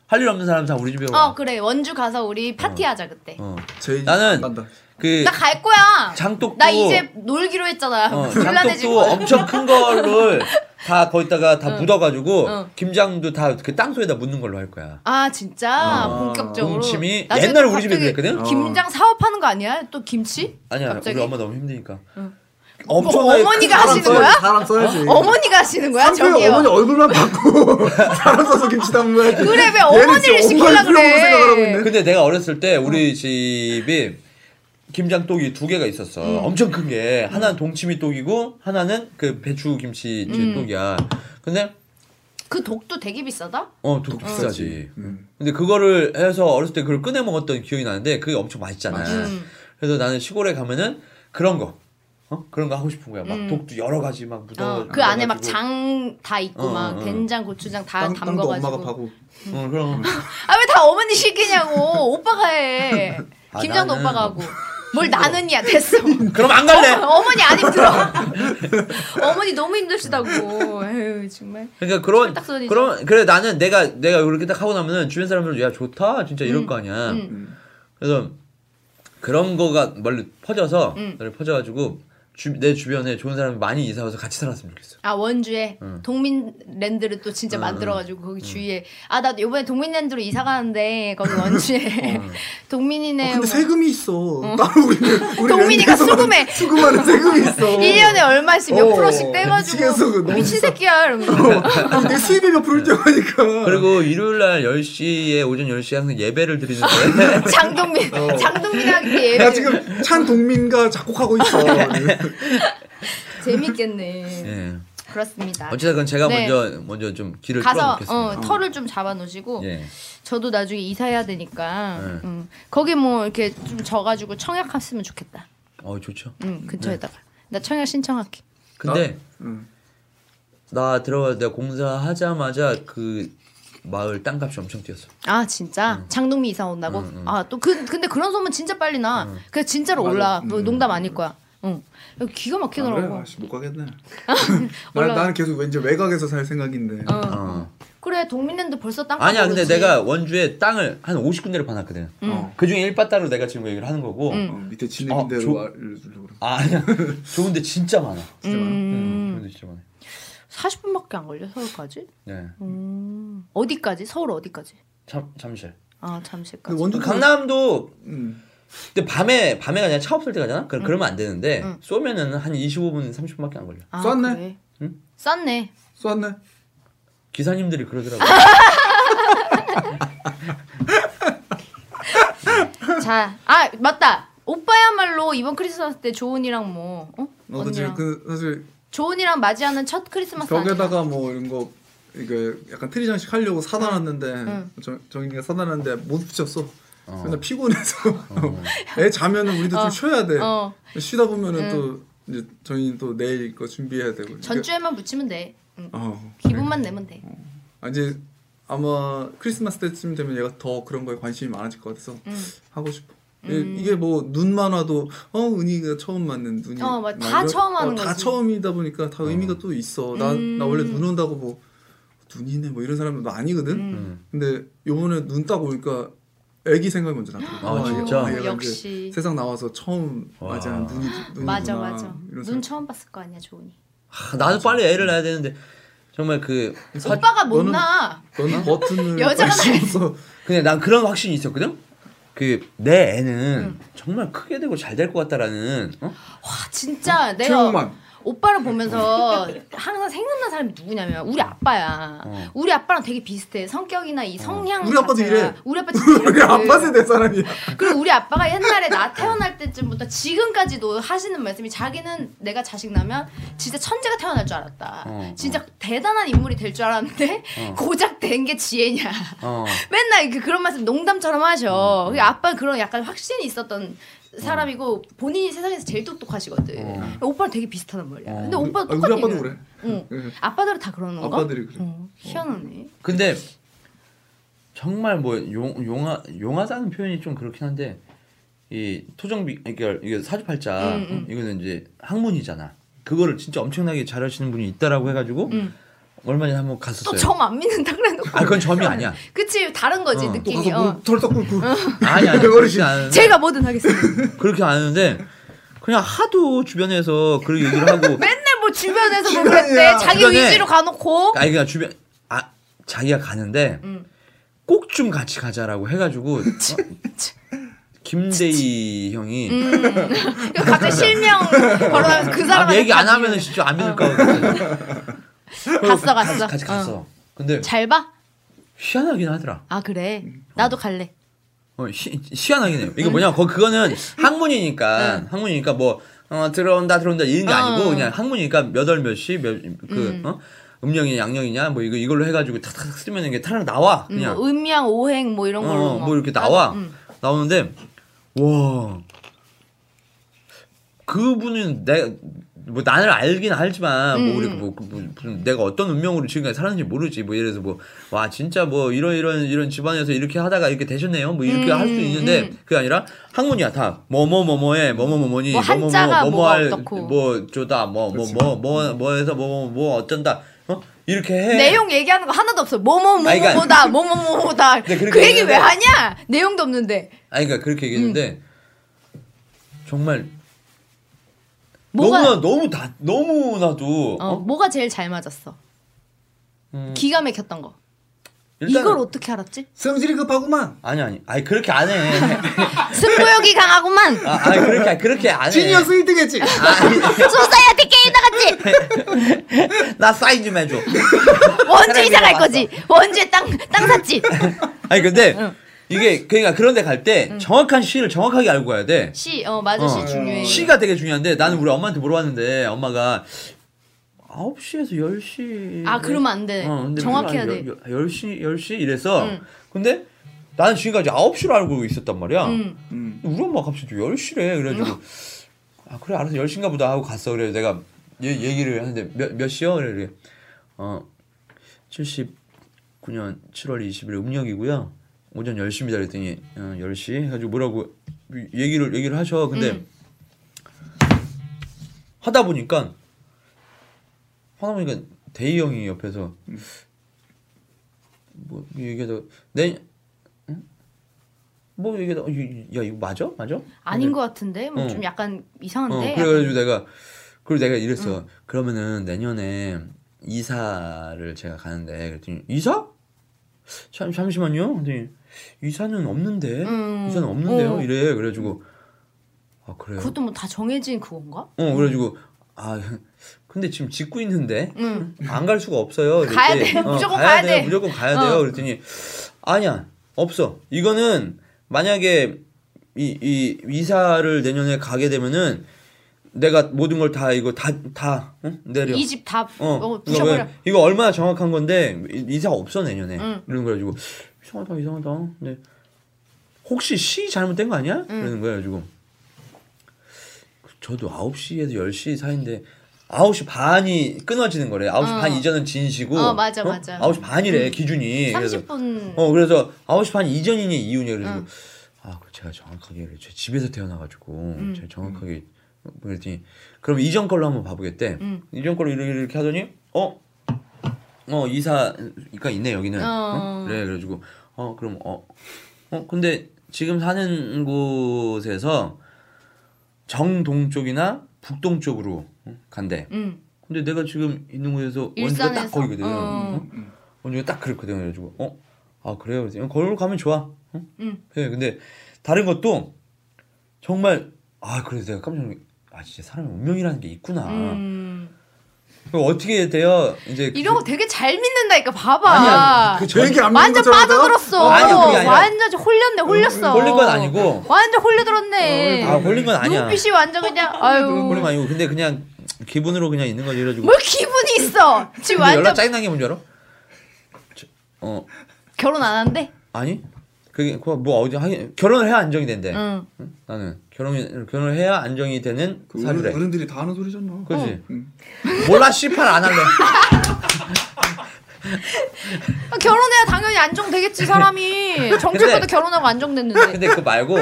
S4: 할 일 없는 사람 다 우리 집에 와.
S3: 어 그래 원주 가서 우리 파티하자 그때.
S4: 어.
S2: 제니
S4: 나는-
S2: 안 간다
S4: 그
S3: 나 갈 거야.
S4: 장독도
S3: 나 이제 놀기로 했잖아. [LAUGHS]
S4: 어,
S3: 곤란해질
S4: 장독도
S3: 거야.
S4: 엄청 큰 거를 다 거기다가 다 묻어가지고
S3: 응.
S4: 김장도 다 그 땅속에다 묻는 걸로 할 거야.
S3: 아 진짜
S2: 어.
S3: 본격적으로.
S4: 동치미?
S3: 나중에
S4: 옛날에
S3: 또
S4: 우리 집에
S3: 갑자기
S4: 그랬거든? 어.
S3: 김장 사업하는 거 아니야? 또 김치?
S4: 아니야
S3: 갑자기?
S4: 우리 엄마 너무 힘드니까.
S3: 응.
S4: 엄청나게
S3: 뭐 어머니가
S4: 큰
S3: 하시는
S4: 사람
S3: 거야?
S2: 사람 써야지
S3: [LAUGHS] 어머니가 하시는 거야
S2: 왜
S3: 저기요.
S2: 어머니 얼굴만 받고 [LAUGHS] 사람 써서 김치 담가야지
S3: 그래 왜
S2: 얘는
S3: 어머니를
S2: 진짜
S3: 시키려
S2: 엄마를 필요로 생각을 하고
S3: 그래?
S2: 있네.
S4: 근데 내가 어렸을 때 우리 집이 김장떡이 두 개가 있었어. 엄청 큰 게. 하나는 동치미 떡이고 하나는 그 배추 김치 떡이야. 근데
S3: 그 독도 되게 비싸다.
S4: 어, 독 비싸지.
S2: 음.
S4: 근데 그거를 해서 어렸을 때 그걸 꺼내 먹었던 기억이 나는데 그게 엄청 맛있잖아.
S2: 맛있어.
S3: 음.
S4: 요 그래서 나는 시골에 가면은 그런 거. 어? 그런 거 하고 싶은 거야. 막 독도 여러 가지 막 묻어.
S3: 음. 어, 그 안에
S4: 묻어가지고.
S3: 막 장 다 있고
S4: 어,
S3: 막
S4: 어, 어.
S3: 된장 고추장 다
S2: 땅,
S3: 담가가지고.
S2: 땅도 엄마가 파고
S4: 어, 그럼. [LAUGHS]
S3: 아 왜 다 어머니 시키냐고 오빠가 해
S4: [LAUGHS] 아,
S3: 김장도
S4: 나는-
S3: 오빠가
S4: [LAUGHS]
S3: 하고 뭘 나는이야 됐어 뭐.
S4: 그럼 안 갈래.
S3: 어, 머니안 힘들어 어머니 너무 힘드시다고 에휴 정말
S4: 그러니까 그런
S3: 철딱선이죠.
S4: 그런 그래 나는 내가 내가 이렇게 딱 하고 나면은 주변 사람들 야 좋다 진짜 이럴 거 아니야.
S3: 음.
S4: 그래서 그런 거가 멀리 퍼져서
S3: 음.
S4: 멀리 퍼져가지고 주, 내 주변에 좋은 사람이 많이 이사 와서 같이 살았으면 좋겠어.
S3: 아 원주에 동민랜드를 또 진짜 만들어가지고 거기 주위에 아 나도 이번에 동민랜드로 이사 가는데 거기 원주에 [LAUGHS] 동민이네
S2: 어, 아,
S3: 뭐.
S2: 근데 세금이 있어 따로 우리 우리
S3: 동민이가
S2: 랜드에서
S3: 수금해.
S2: 수금하는 세금이 있어
S3: 1년에 얼마씩 몇
S2: 어,
S3: 프로씩 떼가지고
S2: 미치겠어, 그거 너무
S3: 미친
S2: 비싸.
S3: 새끼야 이러면서
S2: 아, 내 수입이 몇 프로일 줄 아니까
S4: 그리고 일요일 날 10시에 오전 10시에 항상 예배를
S3: [LAUGHS]
S4: 드리는데
S3: 장동민 장동민하기
S2: 나
S3: 예를 지금
S2: 지금 찬 동민과 작곡하고 있어
S3: 아, 재밌겠네
S4: 예.
S3: 그렇습니다.
S4: 어쨌든 제가
S3: 네.
S4: 먼저 먼저 좀 길을
S3: 가서
S4: 뚫어놓겠습니다.
S3: 어, 털을 좀 잡아놓으시고
S4: 예.
S3: 저도 나중에 이사해야 되니까
S4: 네.
S3: 음. 거기 뭐 이렇게 좀 져가지고 청약했으면 좋겠다.
S4: 어 좋죠.
S3: 음, 근처에다가
S4: 네.
S3: 나 청약 신청할게.
S4: 근데
S2: 음.
S4: 나 들어가 내가 공사하자마자 그 마을 땅값이 엄청 뛰었어.
S3: 아
S4: 네.
S3: 진짜 장동민 이사 온다고?
S4: 음,
S3: 아 또 그 근데 그런 소문 진짜 빨리 나. 그래 진짜로 올라.
S2: 음.
S3: 뭐 농담 아닐 거야. 응. 기가
S2: 아,
S3: 막히더라고.
S2: 못 가겠네
S3: 아, 올라가.
S2: 나는 계속 왠지 외곽에서 살 생각인데
S3: 어.
S4: 어.
S3: 그래 동민랜드 벌써 땅
S4: 아니야
S3: 파고
S4: 근데
S3: 그러지.
S4: 내가 원주에 땅을 한 50군데를 파놨거든
S3: 음.
S2: 어.
S4: 그중에 1바따로 내가 지금 얘기를 하는 거고
S3: 음.
S2: 어, 밑에
S4: 아,
S2: 지는 대로
S4: 저-
S2: 알려주려고 그래.
S4: 아, 아니야 [LAUGHS] 좋은 데 진짜 많아
S2: 진짜 많아.
S4: 음.
S3: 음.
S4: 좋은 데 진짜 많아
S3: 40분밖에 안 걸려 서울까지?
S4: 네
S3: 음. 어디까지? 서울 어디까지?
S4: 참, 잠실 그
S3: 아 잠실까지.
S2: 근데 원주
S4: 강남도
S2: 음.
S4: 근데 밤에 밤에 가냐 차 없을 때 가잖아 그럼 그러면 안 되는데
S3: 응.
S4: 쏘면은 한 25분 30분밖에 안 걸려
S3: 아,
S2: 쌌네.
S3: 그래.
S4: 응?
S3: 쌌네.
S2: 쏘았네. 어,
S4: 기사님들이 그러더라고 아,
S3: 자, 아 맞다. 오빠야말로 이번 크리스마스 때 조은이랑 뭐 어?
S2: 어, 그치.
S3: 언니랑
S2: 그 사실
S3: 조은이랑 맞이하는 첫 크리스마스
S2: 벽에다가 뭐 이런 거 이게 약간 트리 장식 하려고 사다 놨는데
S3: 응.
S2: 정, 정인이가 사다 놨는데 못 붙였어. 어.
S4: 어.
S2: 맨날 피곤해서 애 자면은 우리도
S3: 어.
S2: 좀 쉬어야 돼.
S3: 아니야? 어
S2: 쉬다
S3: 응.
S2: 보면은 또 이제 저희는 또 내일 거 준비해야 되고. 그러니까-
S3: 전주에만 붙이면 돼. 응.
S2: 어.
S3: 기분만 내면 돼.
S2: 아, 이제 아마 크리스마스 때쯤 되면 얘가 더 그런 거에 관심이 많아질 것 같아서
S3: 응.
S2: 하고 싶어. 이-
S3: 음.
S2: 이게 뭐 눈만 와도 어 은희가 처음 맞는 눈이
S3: 어, 맞-
S2: 막
S3: 다
S2: 이런-
S3: 처음 하는
S2: 어, 다
S3: 거지.
S2: 처음이다 보니까 다
S4: 어.
S2: 의미가 또 있어 나 나
S3: 음.
S2: 원래 눈 온다고 뭐 눈이네 뭐 이런 사람도 아니거든
S3: 음.
S4: 음.
S2: 근데 요번에 눈 따고 오니까 애기 생각이 먼저 나더라고
S4: 아,
S2: 와,
S4: 진짜?
S2: 얘가 이제
S3: 역시.
S2: 세상 나와서 처음
S4: 와.
S2: 맞아 눈이 눈이구나
S3: 맞아 맞아.
S2: 이런
S3: 눈
S2: 생각.
S3: 처음 봤을 거 아니야 조은이.
S4: 하, 나도 빨리 애를 낳아야 되는데 정말 그 사-
S3: 오빠가 못
S2: 너는-
S3: 나.
S2: 넌 버튼을
S3: 여자가
S2: 밟으면서 [LAUGHS]
S4: 근데 난 그런 확신이 있었거든. 그 내 애는 정말 크게 되고 잘 될 것 같다라는 어?
S3: 와 진짜 내가
S2: 어? 최영만
S3: 오빠를 보면서 항상 생각난 사람이 누구냐면 우리 아빠야.
S4: 어.
S3: 우리 아빠랑 되게 비슷해. 성격이나 이 성향.
S2: 어. 우리 아빠도
S3: 자체가.
S2: 이래.
S3: 우리 아빠 그 진짜
S2: [LAUGHS] 우리
S3: 이렇거든.
S2: 아빠 세대 사람이야
S3: 그리고 우리 아빠가 옛날에 나 태어날 때쯤부터 지금까지도 하시는 말씀이 자기는 내가 자식 나면 진짜 천재가 태어날 줄 알았다.
S4: 어,
S3: 진짜 대단한 인물이 될 줄 알았는데
S4: 어.
S3: [LAUGHS] 고작 된 게 지혜냐.
S4: 어.
S3: 맨날 그 그런 말씀 농담처럼 하셔. 그게 아빠 그런 약간 확신이 있었던 사람이고 본인이 세상에서 제일 똑똑하시거든.
S4: 어.
S3: 오빠랑 되게 비슷하단 말이야.
S4: 어.
S3: 근데 오빠
S2: 우리
S3: 똑같은
S2: 아빠도
S3: 얘기야.
S2: 그래
S3: 응.
S2: 예.
S3: 아빠들은 다 그러는 건가?
S2: 아빠들이 그래
S3: 어, 희한하네.
S4: 근데 정말 뭐 용, 용하 용하다는 표현이 좀 그렇긴 한데 이 토정비 그러니까 이게 사주팔자
S3: 음, 음.
S4: 이거는 이제 학문이잖아. 그거를 진짜 엄청나게 잘하시는 분이 있다라고 해가지고
S3: 음.
S4: 얼마 전에 한번
S3: 또
S4: 갔었어요.
S3: 점 안 믿는다 그래놓고.
S4: 아 그건 점이 아니야.
S3: 그치 다른 거지
S4: 어, 또
S2: 또
S3: 느낌이.
S2: 가서
S3: 어.
S2: 뭐 털썩 굴고
S4: 아니 아니 그렇지 않은데
S3: 제가 뭐든 하겠습니다.
S4: 그렇게 아는데 그냥 하도 주변에서 그런 얘기를
S3: [LAUGHS]
S4: 하고
S3: 맨날 뭐 주변에서 뭐
S2: 주변이야.
S3: 그랬대. 자기
S4: 주변에.
S3: 의지로 가놓고.
S4: 아니 그냥 주변 아 자기가 가는데
S3: 음.
S4: 꼭 좀 같이 가자라고 해가지고
S3: [LAUGHS]
S4: 어? 김대희 형이
S3: 음. 그러니까 갑자기 실명 걸어가면서 그
S4: 남
S3: 사람한테
S4: 얘기 안
S3: 가지.
S4: 하면은 진짜 안 믿을 거 같아.
S3: 갔어 갔어.
S4: 같이
S3: 어.
S4: 갔어. 근데
S3: 잘 봐.
S4: 희한하긴 하더라.
S3: 아 그래. 나도 갈래.
S4: 어, 희, 희한하긴 해요. 이거 뭐냐?
S3: [LAUGHS]
S4: 거 그거는 학문이니까 학문이니까 뭐 어, 들어온다 들어온다 이런 게 아니고
S3: 어.
S4: 그냥 학문이니까 몇 월 몇 시 몇 그
S3: 음.
S4: 어? 음령이냐 양령이냐 뭐 이거 이걸로 해가지고 탁탁 쓰면 이게 타락 나와
S3: 음,
S4: 그냥
S3: 뭐 음양 오행 뭐 이런 걸로.
S4: 어,
S3: 막.
S4: 뭐 이렇게 나와
S3: 음.
S4: 나오는데 와 그분은 내뭐 나를 알긴 알지만
S3: 음,
S4: 뭐 우리
S3: 음.
S4: 뭐, 그 뭐- 무슨 내가 어떤 운명으로 지금까지 살았는지 모르지 뭐 예를 들어서 뭐 와 진짜 뭐 이런 이런 이런 집안에서 이렇게 하다가 이렇게 되셨네요 뭐 이렇게
S3: 음,
S4: 할 수도 있는데
S3: 음.
S4: 그게 아니라 학문이야 다 뭐뭐뭐뭐에 뭐뭐뭐뭐니
S3: 뭐 한자가 뭐가 어떻고.
S4: 뭐뭐할뭐 조다 뭐 뭐 뭐 뭐 뭐해서 뭐 뭐 뭐 어쩐다 어 이렇게 해
S3: 내용 얘기하는 거 하나도 없어.
S4: 아니,
S3: 뭐뭐뭐뭐다,
S4: 그러니까- [LAUGHS]
S3: 뭐뭐뭐뭐다.
S4: 네, 그렇게
S3: 그 얘기 왜
S4: 하는데-
S3: 하냐? 내용도 없는데
S4: 아니 그러니까 그렇게 얘기했는데
S3: 음.
S4: 정말
S3: 뭐가
S4: 너무나 너무 다 너무나도
S3: 어, 뭐가 제일 잘 맞았어?
S4: 음.
S3: 기가 막혔던 거.
S4: 일단은-
S3: 이걸 어떻게 알았지?
S2: 성질이 급하구만
S4: 아니 아니 아니 그렇게 안 해.
S3: 승부욕이 강하구만.
S4: [LAUGHS] 아, 아니 그렇게 그렇게
S3: 네.
S4: 안 해.
S2: 지니어스 1등했지
S3: 아, 소사야 디케이다 같이
S4: 나 사인
S3: [LAUGHS]
S4: 좀 해줘.
S3: 원주 이사 갈
S4: 왔어.
S3: 거지. 원주에 땅땅
S4: [LAUGHS]
S3: 샀지.
S4: 아니 근데 이게 그러니까 그런데 갈 때 정확한 시를 정확하게 알고 가야 돼.
S3: 시, 어 맞아
S4: 어.
S3: 시 중요해.
S4: 시가 되게 중요한데 나는 우리 엄마한테 물어봤는데 엄마가 9시에서 10시
S3: 아 그러면 안 돼.
S4: 어, 근데
S3: 정확해야
S4: 우리가
S3: 돼.
S4: 열- 열- 10시 10시 이래서
S3: 응.
S4: 근데 나는 지금까지 9시로 알고 있었단 말이야.
S3: 음.
S2: 음.
S4: 우리 엄마 갑자기 10시래 그래가지고 아 그래 알아서 10시인가 보다 하고 갔어 그래서 내가 얘, 얘기를 하는데 몇, 몇 시요? 그래 그래 어 79년 7월 20일 음력이고요 오전 10시입니다 그랬더니 어, 10시 해가지고 뭐라고 얘기를 얘기를 하셔 근데
S3: 음.
S4: 하다 보니까 하다 보니까 대희 형이 옆에서 뭐 얘기하다 내 응? 뭐 얘기하다 어, 이- 야 이거 맞아? 맞아?
S3: 아닌 것 같은데 뭐
S4: 어.
S3: 좀 약간
S4: 어,
S3: 이상한데
S4: 그래가지고 내가 그리고 내가 이랬어. 그러면은 내년에 이사를 제가 가는데 그랬더니 이사? 잠 잠시만요. 근데 이사는 없는데
S3: 음.
S4: 이사는 없는데요.
S3: 어.
S4: 이래 그래가지고 아 그래요.
S3: 그것도 뭐 다 정해진 그건가?
S4: 어 그래가지고 아 근데 지금 짓고 있는데
S3: 응.
S4: 안 갈 수가 없어요. 이랬지.
S3: 음. 가야 돼. 무조건 가야
S4: 돼요.
S3: 돼.
S4: 무조건 가야
S3: 어.
S4: 돼요. 그랬더니 아니야 없어. 이거는 만약에 이, 이 이사를 내년에 가게 되면은 내가 모든 걸 다 이거 다 다 내려.
S3: 이 집 다
S4: 어, 이거,
S3: 부셔버려.
S4: 왜- 이거 얼마나 정확한 건데 이- 이사 없어 내년에
S3: 응.
S4: 이런 거 가지고 이상하다 이상하다. 근데 혹시 시 잘못된 거 아니야? 이러는 거야 가지고 저도 9시에서 10시 사이인데 9시 반이 끊어지는 거래. 9시
S3: 어.
S4: 반 이전은 진시고
S3: 어, 맞아, 맞아.
S4: 9시 반이래 기준이. 그래서
S3: 30분
S4: 어 그래서 9시 반 이전이냐 이후냐 그래가지고 아 그거 제가 정확하게 제 집에서 태어나가지고 제가 정확하게 어, 그랬더니 그럼 이전 걸로 한번 봐보겠대
S3: 음.
S4: 이전 걸로 이렇게, 이렇게 하더니 어? 어 이사가 있네 여기는 어.
S3: 어.
S4: 그래 그래가지고 어 그럼 어? 어 근데 지금 사는 곳에서 정동 쪽이나 북동 쪽으로 간대
S3: 응.
S4: 근데 내가 지금 있는 곳에서 원주가 딱
S3: 음. 일산에서.
S4: 거기거든
S3: 어.
S4: 어? 원주가 딱 그랬거든 그래가지고 어? 아 그래요? 그래서 거기로 가면 좋아 응?
S3: 응.
S4: 그래 근데 다른 것도 정말 아 그래서 내가 깜짝 놀란 게아 진짜 사람의 운명이라는 게 있구나
S3: 음.
S4: 그럼 어떻게 돼요? 이제
S3: 이런 거 되게 잘 믿는다니까 봐봐.
S4: 그 아니야, 그
S2: 제 얘기 안 믿는
S3: 완전
S2: 것처럼 하다가
S3: 빠져들었어.
S4: 아니야, 그게 아니라-
S3: 완전 홀렸네, 홀렸어.
S4: 홀린 건 아니고
S3: 완전 홀려들었네.
S4: 아 홀린 건 아니야
S3: 눈빛이 완전 그냥 아유.
S4: 홀린 건 아니고 근데 그냥 기분으로 그냥 있는 거지 그래가지고
S3: 뭘뭐 기분이 있어. 지금
S4: 근데 연락
S3: 완전
S4: 짜증난 게 뭔지 알아? 저- 어
S3: 결혼 안 한대.
S4: 아니 그게 그거 뭐 어디 하긴 결혼을 해야 안정이 된대
S3: 응.
S4: 응? 나는 결혼 결혼을 해야 안정이 되는
S2: 그
S4: 사주래.
S2: 어른- 어른들이 다 하는 소리잖아.
S4: 그지?
S2: 응.
S4: 몰라 씨팔 안 할래.
S3: 아, 결혼해야 당연히 안정되겠지 사람이. 정책과도
S4: 근데-
S3: 결혼하고 안정됐는데. 음.
S4: 근데 그거 말고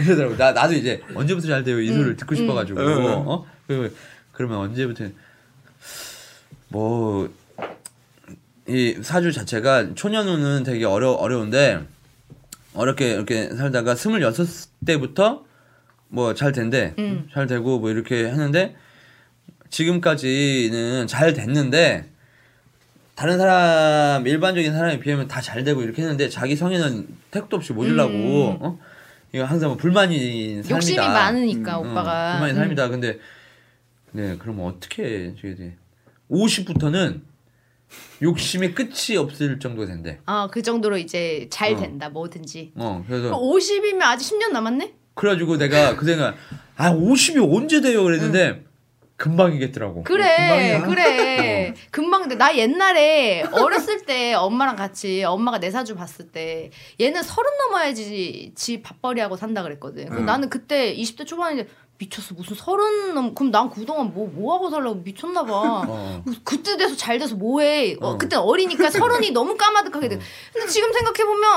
S4: 이러더라고. 나 나도 이제 언제부터 잘 돼요 이 소리를 듣고 싶어가지고.
S2: 응.
S4: 어? 그러면, 그러면 언제부터 뭐 이 사주 자체가 초년우는 되게 어려 어려운데 어렵게 이렇게 살다가 스물여섯 때부터 뭐 잘 된대
S3: 음.
S4: 잘 되고 뭐 이렇게 했는데 지금까지는 잘 됐는데 다른 사람 일반적인 사람에 비하면 다 잘 되고 이렇게 했는데 자기 성에는 택도 없이 모질라고 어? 이거 항상 뭐 불만인 삶이다
S3: 음. 욕심이 많으니까
S4: 응,
S3: 오빠가. 음.
S4: 불만인
S3: 응.
S4: 삶이다 근데 네 그럼 어떻게 저게 돼 50부터는 욕심의 끝이 없을 정도가 된대
S3: 아, 그 정도로 이제 잘
S4: 어.
S3: 된다, 뭐든지.
S4: 어 그래서
S3: 50이면 아직 10년 남았네?
S4: 그래가지고 내가 그 생각 아 50이 언제 돼요 그랬는데 금방이겠더라고
S3: 음. 그래,
S2: 금방이야. 어.
S3: 그래. 금방, 근데 나 옛날에 어렸을 때 엄마랑 같이 엄마가 내 사주 봤을 때 얘는 서른 넘어야지 지 밥벌이하고 산다 그랬거든. 그럼
S2: 응.
S3: 나는 그때 20대 초반인데 미쳤어. 무슨 서른 넘, 그럼 난 그동안 뭐, 뭐 하고 살라고
S2: [LAUGHS]
S3: 미쳤나봐.
S4: 어.
S3: 그때 돼서 잘 돼서 뭐해? 어,
S4: 어.
S3: 그때 어리니까
S2: [LAUGHS]
S3: 서른이 너무 까마득하게
S2: 어.
S3: 돼. 근데 지금 생각해보면,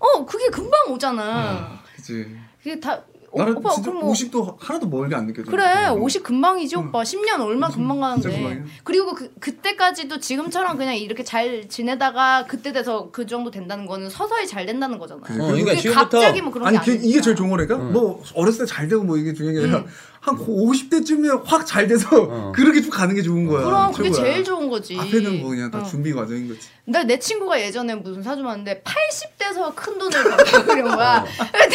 S3: 어, 그게 금방 오잖아.
S2: 그지.
S3: 그게 다, 어,
S2: 어. 나는
S3: 오빠,
S2: 진짜
S3: 그럼 뭐.
S2: 50도 하나도 멀리 안 느껴져.
S3: 그래,
S2: 응.
S3: 50 금방이지, 오빠. 10년 얼마 금방
S2: 음. 진짜
S3: 가는데.
S2: 금방이야.
S3: 그리고 그, 그때까지도 지금처럼 그냥 이렇게 잘 지내다가 그때 돼서 그 정도 된다는 거는 서서히 잘 된다는 거잖아.
S2: 그래.
S4: 어, 그러니까
S3: 그게
S4: 지금부터
S3: 갑자기 뭐 그런
S2: 아니
S3: 게
S2: 그,
S3: 아니니까.
S2: 이게 제일 좋은 거니까
S4: 응.
S2: 뭐 어렸을 때 잘 되고 뭐 이게 중요한 게 아니라
S3: 응.
S2: 한 50대쯤에 확 잘 돼서
S4: 응.
S2: 그렇게 좀 가는 게 좋은 거야
S3: 그럼 그게
S2: 최고야.
S3: 제일 좋은 거지.
S2: 앞에는 뭐 그냥 다
S3: 어.
S2: 준비 과정인 거지
S3: 근데 내 친구가 예전에 무슨 사주 봤는데 80대서 큰 돈을 벌고 그런
S2: 어.
S3: 거야. [LAUGHS]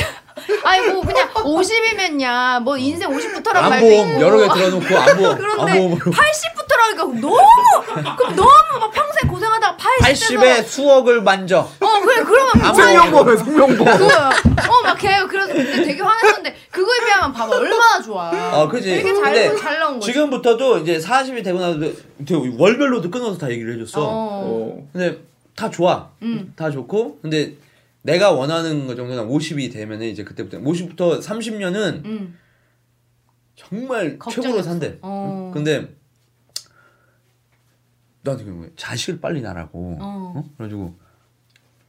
S3: 아니 뭐 그냥 50이면야 뭐 인생 50부터라고
S4: 안보험 여러 개 들어놓고 안보험
S3: 그런데
S4: 안보험으로
S3: 80부터라니까 너무 그럼 너무 막 평생 고생하다가 80에서
S4: 80에 수억을 만져
S3: 어 그래 그러면
S4: 아무
S3: 뭐야?
S2: 성명보야 성명보
S3: 그거야. 어막 걔 그래서 그때 되게 화냈었는데 그거에 비하면 봐봐 얼마나 좋아.
S4: 어, 그지.
S3: 되게
S4: 근데
S3: 잘, 잘 나온 거지.
S4: 지금부터도 이제 40이 되고 나서 되게 월별로도 끊어서 다 얘기를 해줬어
S3: 어.
S4: 근데 다 좋아
S3: 음.
S4: 다 좋고 근데 내가 원하는 것 정도는 50이 되면 은 이제 그때부터 50부터 30년은
S3: 음.
S4: 정말
S3: 걱정이
S4: 최고로
S3: 없어.
S4: 산대
S3: 어.
S4: 근데 나한테 그런 거야. 자식을 빨리 낳으라고.
S3: 어.
S4: 어? 그래가지고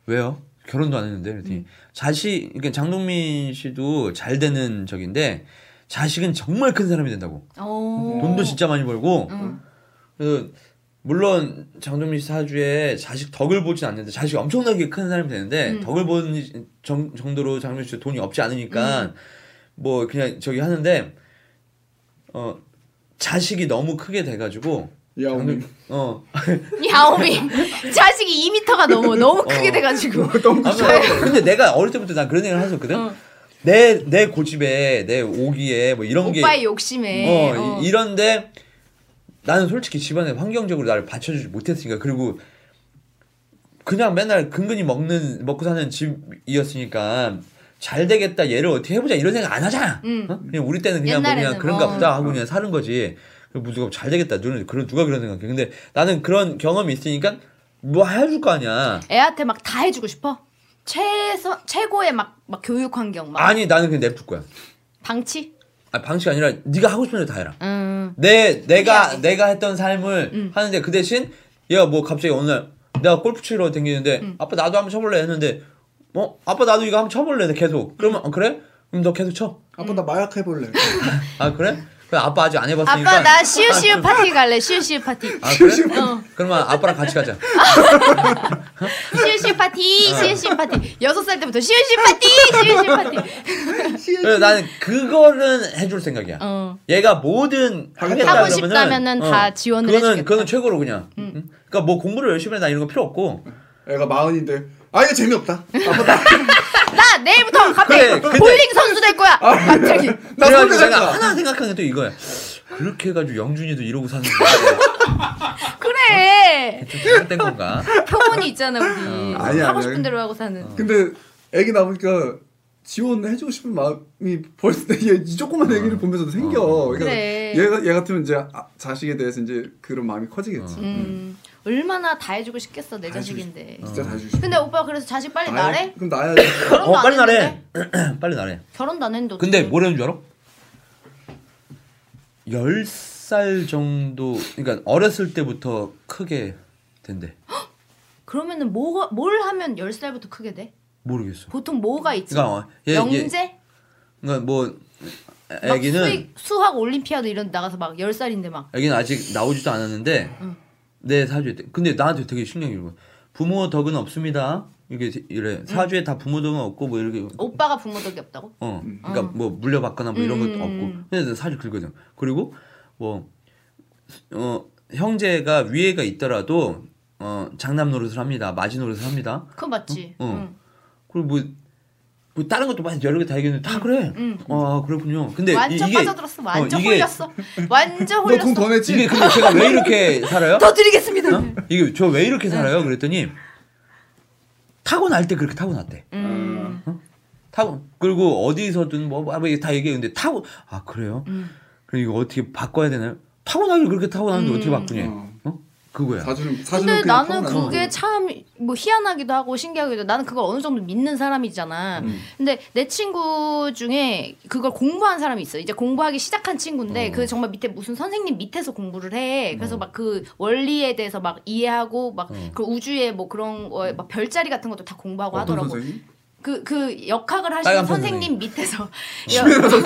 S4: 왜요? 결혼도 안 했는데 그랬더니
S3: 음.
S4: 자식 그러니까 장동민 씨도 잘 되는 적인데 자식은 정말 큰 사람이 된다고.
S3: 어.
S4: 돈도 진짜 많이 벌고
S3: 응.
S4: 그래서 물론 장동민 씨 사주에 자식 덕을 보진 않는데 자식이 엄청나게 큰 사람이 되는데
S3: 음.
S4: 덕을 보는 정, 정도로 장동민 씨 돈이 없지 않으니까 뭐 그냥 저기 하는데 어 자식이 너무 크게 돼가지고
S2: 야 오늘
S4: 장동- 어
S3: 야오밍 자식이 2미터가 너무 너무 크게
S4: 어. [LAUGHS]
S3: 돼가지고
S4: 아무튼 근데 내가 어릴 때부터 난 그런 얘기를 했었거든.
S3: 어.
S4: 내 내 고집에 내 오기에 뭐 이런 게
S3: 오빠의 욕심에
S4: 어,
S3: 어.
S4: 이- 이런데 나는 솔직히 집안에 환경적으로 나를 받쳐주지 못했으니까 그리고 그냥 맨날 근근히 먹는 먹고 사는 집이었으니까 잘 되겠다 얘를 어떻게 해보자 이런 생각 안 하잖아.
S3: 음.
S4: 어? 그냥 우리 때는 그냥 뭐
S3: 옛날에는
S4: 그냥 그런가
S3: 뭐.
S4: 보다 하고 그냥 사는 거지. 그리고 누가 잘 되겠다 누는 그런 누가 그런 생각해. 근데 나는 그런 경험이 있으니까 뭐 해줄 거 아니야.
S3: 애한테 막 다 해주고 싶어 최선 최고의 막, 막 교육 환경 막
S4: 아니 나는 그냥 냅둘 거야.
S3: 방치
S4: 아 방식 아니라 네가 하고 싶은 대로 다 해라.
S3: 음
S4: 내 내가
S3: 특이하게.
S4: 내가 했던 삶을
S3: 음.
S4: 하는데 그 대신 얘가 뭐 갑자기 어느 날 내가 골프 치러 댕기는데
S3: 음.
S4: 아빠 나도 한번 쳐볼래 했는데 어 아빠 나도 이거 한번 쳐볼래 계속 그러면
S3: 음.
S4: 어, 그래 그럼 너 계속 쳐아
S2: 아빠 나 마약 [LAUGHS] 해볼래.
S4: 그래 그래 아빠 아직 안 해봤으니까
S3: 아빠 나 시우시우 파티 갈래 시우시우 파티
S4: 아 그래 그러면 아빠랑 같이 가자
S3: 시우시우 파티
S4: 아.
S3: 시우시우 파티 여섯 살 때부터 시우시우 파티 시우시우 파티
S2: 아,
S4: 그래서 나는 그거는 해줄 생각이야
S3: 어.
S4: 얘가 뭐든 하겠다
S3: 하고
S4: 그러면은,
S3: 싶다면은 다 지원을
S4: 그거는,
S3: 해주겠다. 음.
S4: 그거는 최고로 그냥 응? 그러니까 뭐 공부를 열심히 해나 이런 거 필요 없고
S2: 애가 마흔인데 아 이거 재미없다. 아빠 나
S3: 나 내일부터 갑자기
S4: 그래, 근데- 아,
S3: 볼링 선수 될 거야 갑자기
S2: 나
S4: 그래가지고
S2: 서울대 갈
S4: 내가
S2: 거야.
S4: 하나 생각한 게 또 이거야 그렇게 해가지고 영준이도 이러고 사는 거야
S3: 그래
S4: 좀 잘못된 건가?
S3: 표본이 있잖아
S4: 어,
S3: 우리
S2: 아니야,
S3: 하고
S2: 아니야.
S3: 싶은 대로 하고 사는
S2: 근데 애기 나보니까 지원해주고 싶은 마음이 벌써 얘이 조그만 애기를 보면서도 생겨. 그러니까
S3: 그래.
S2: 얘가 얘 같으면 이제 아, 자식에 대해서 이제 그런 마음이 커지겠지.
S3: 음 얼마나 다 해주고 싶겠어 내 자식인데
S2: 진짜 다 해주고 싶어.
S3: 근데 오빠 그래서 자식 빨리
S2: 나야-
S3: 나래?
S2: 그럼 나야.
S3: 결혼도
S4: 어
S3: 안
S4: 빨리 나래
S3: 했는데?
S4: [CLEARS THROAT] 빨리 나래
S3: 결혼도 안 했는데
S4: 근데 뭐-
S3: 어떡해.
S4: 뭘 했는 줄 알아? 10살 정도 그러니까 어렸을 때부터 크게 된대
S3: 그러면은 뭐가 뭘 하면 10살부터 크게 돼?
S4: 모르겠어
S3: 보통 뭐가 있지?
S4: 그러니까 어, 얘- 얘-
S3: 영재?
S4: 그러니까 뭐
S3: 막
S4: 애기는
S3: 수익, 수학 올림피아드 이런 데 나가서 막 10살인데 막
S4: 애기는 아직 나오지도 않았는데 내 사주에 대- 근데 나한테 되게 신경이 이거 부모 덕은 없습니다 이게 이래 사주에 다 부모 덕은 없고 뭐 이렇게
S3: 오빠가 부모덕이 없다고?
S4: 어, 그러니까
S3: 아.
S4: 뭐 물려받거나 뭐 이런
S3: 음.
S4: 것도 없고, 근데 난 사실 그거든. 그리고 뭐 어, 형제가 위에가 있더라도 어, 장남 노릇을 합니다, 마지 노릇을 합니다.
S3: 그건 맞지
S4: 어.
S3: 응.
S4: 그리고 뭐, 뭐 다른 것도 많이 여러 개 다 얘기했는데 다 그래. 아 그렇군요. 근데 이-
S3: 음. 완전
S4: 이게
S3: 빠져들었어 완전
S4: 어, 이게-
S3: 홀렸어
S4: [LAUGHS]
S3: 완전 홀렸어
S2: 너돈더 냈지?
S4: 이게 근데 제가 왜 이렇게 살아요?
S3: 더 네. 드리겠습니다
S4: 어? 이게 저 왜 이렇게 살아요? 그랬더니 타고 날 때 그렇게 타고 났대.
S3: 음.
S4: 타고 그리고 어디서든 뭐다 얘기했는데 타고 아 그래요?
S3: 음.
S4: 그럼 이거 어떻게 바꿔야 되나요? 타고나길 그렇게 타고나는데 어떻게 바꾸냐? 어? 그거야.
S2: 음. 사주는 사주는
S3: 근데
S2: 그냥
S3: 나는
S2: 타고나는
S3: 그게
S2: 거고.
S3: 참 뭐 희한하기도 하고 신기하기도 하고 나는 그걸 어느 정도 믿는 사람이잖아.
S2: 음.
S3: 근데 내 친구 중에 그걸 공부한 사람이 있어. 이제 공부하기 시작한
S2: 어.
S3: 친구인데 그 정말 밑에 무슨 선생님 밑에서 공부를 해. 그래서 막 그 원리에 대해서 막 이해하고
S2: 어.
S3: 막 그 우주의 뭐 그런 거에 막 별자리 같은 것도 다 공부하고
S2: 어떤
S3: 하더라고.
S2: 선생님?
S3: 그, 그 역학을 하시는
S4: 빨간
S3: 선생님
S4: [LAUGHS]
S3: 밑에서. 여-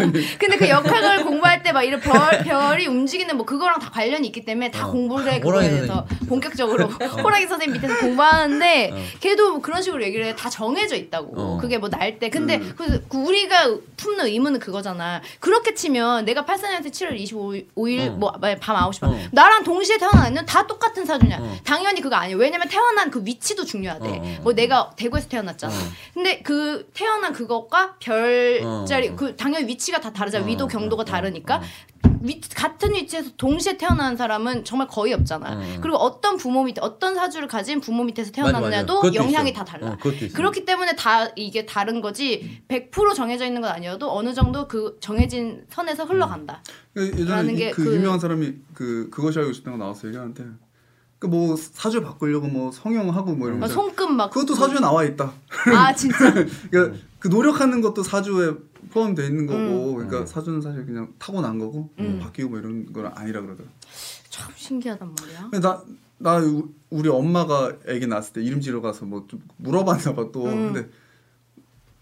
S3: [LAUGHS] 근데 그 역학을 공부할 때 막 이런 별, 별이 움직이는 뭐 그거랑 다 관련이 있기 때문에 다
S4: 어.
S3: 공부를 해.
S4: 호랑이
S3: 그거에 대해서
S4: 선생님 [LAUGHS] 어.
S3: 본격적으로 호랑이 선생님 밑에서 공부하는데 걔도 뭐 그런 식으로 얘기를 해. 다 정해져 있다고.
S4: 어. 음.
S3: 그게 뭐 날 때. 근데 그- 그 우리가 품는 의무는 그거잖아. 그렇게 치면 내가 84년한테 7월 25일
S4: 어.
S3: 뭐밤 9시 반.
S4: 어.
S3: 나랑 동시에 태어난 애는 다 똑같은 사주냐.
S4: 어.
S3: 당연히 그거 아니야. 왜냐면 태어난 그 위치도 중요하대.
S4: 어, 어, 어.
S3: 뭐 내가 대구에서 태어났잖아.
S4: 어.
S3: 근데 그 태어난 그것과 별자리
S4: 어, 어.
S3: 그 당연히 위치가 다 다르잖아.
S4: 어,
S3: 위도 경도가
S4: 어, 어,
S3: 다르니까. 위, 같은 위치에서 동시에 태어난 사람은 정말 거의 없잖아.
S4: 어, 어.
S3: 그리고 어떤 부모 밑에 어떤 사주를 가진 부모 밑에서
S4: 맞아, 맞아.
S3: 태어났느냐도
S4: 그것도
S3: 영향이
S4: 있어.
S3: 다 달라.
S4: 어, 그것도 있어.
S3: 그렇기 때문에 다 이게 다른 거지 100% 정해져 있는 건 아니어도 어느 정도 그 정해진 선에서 흘러간다.
S2: 그
S3: 라는
S2: 예전에
S3: 게
S2: 이- 그,
S3: 그-
S2: 유명한 사람이 그 그것이 알고 싶다고 나와서 얘기하는데 그 뭐 사주 바꾸려고 뭐 성형하고 뭐
S4: 음.
S2: 이런
S3: 막
S2: 거
S3: 손금 막 뭐.
S2: 그것도 사주에 나와 있다. [LAUGHS]
S3: 아 진짜.
S2: 그러니까 그 노력하는 것도 사주에 포함되어
S3: 음.
S2: 있는 거고 그러니까 사주는 사실 그냥 타고난 거고 뭐 바뀌고 뭐 이런 건 아니라 그러더라.
S3: 참 신기하단
S4: [LAUGHS]
S3: 말이야.
S2: 근데 나, 나 우- 우리 엄마가 애기 낳았을 때 이름 지러 가서 뭐 좀 물어봤나 봐 또.
S3: 음.
S2: 근데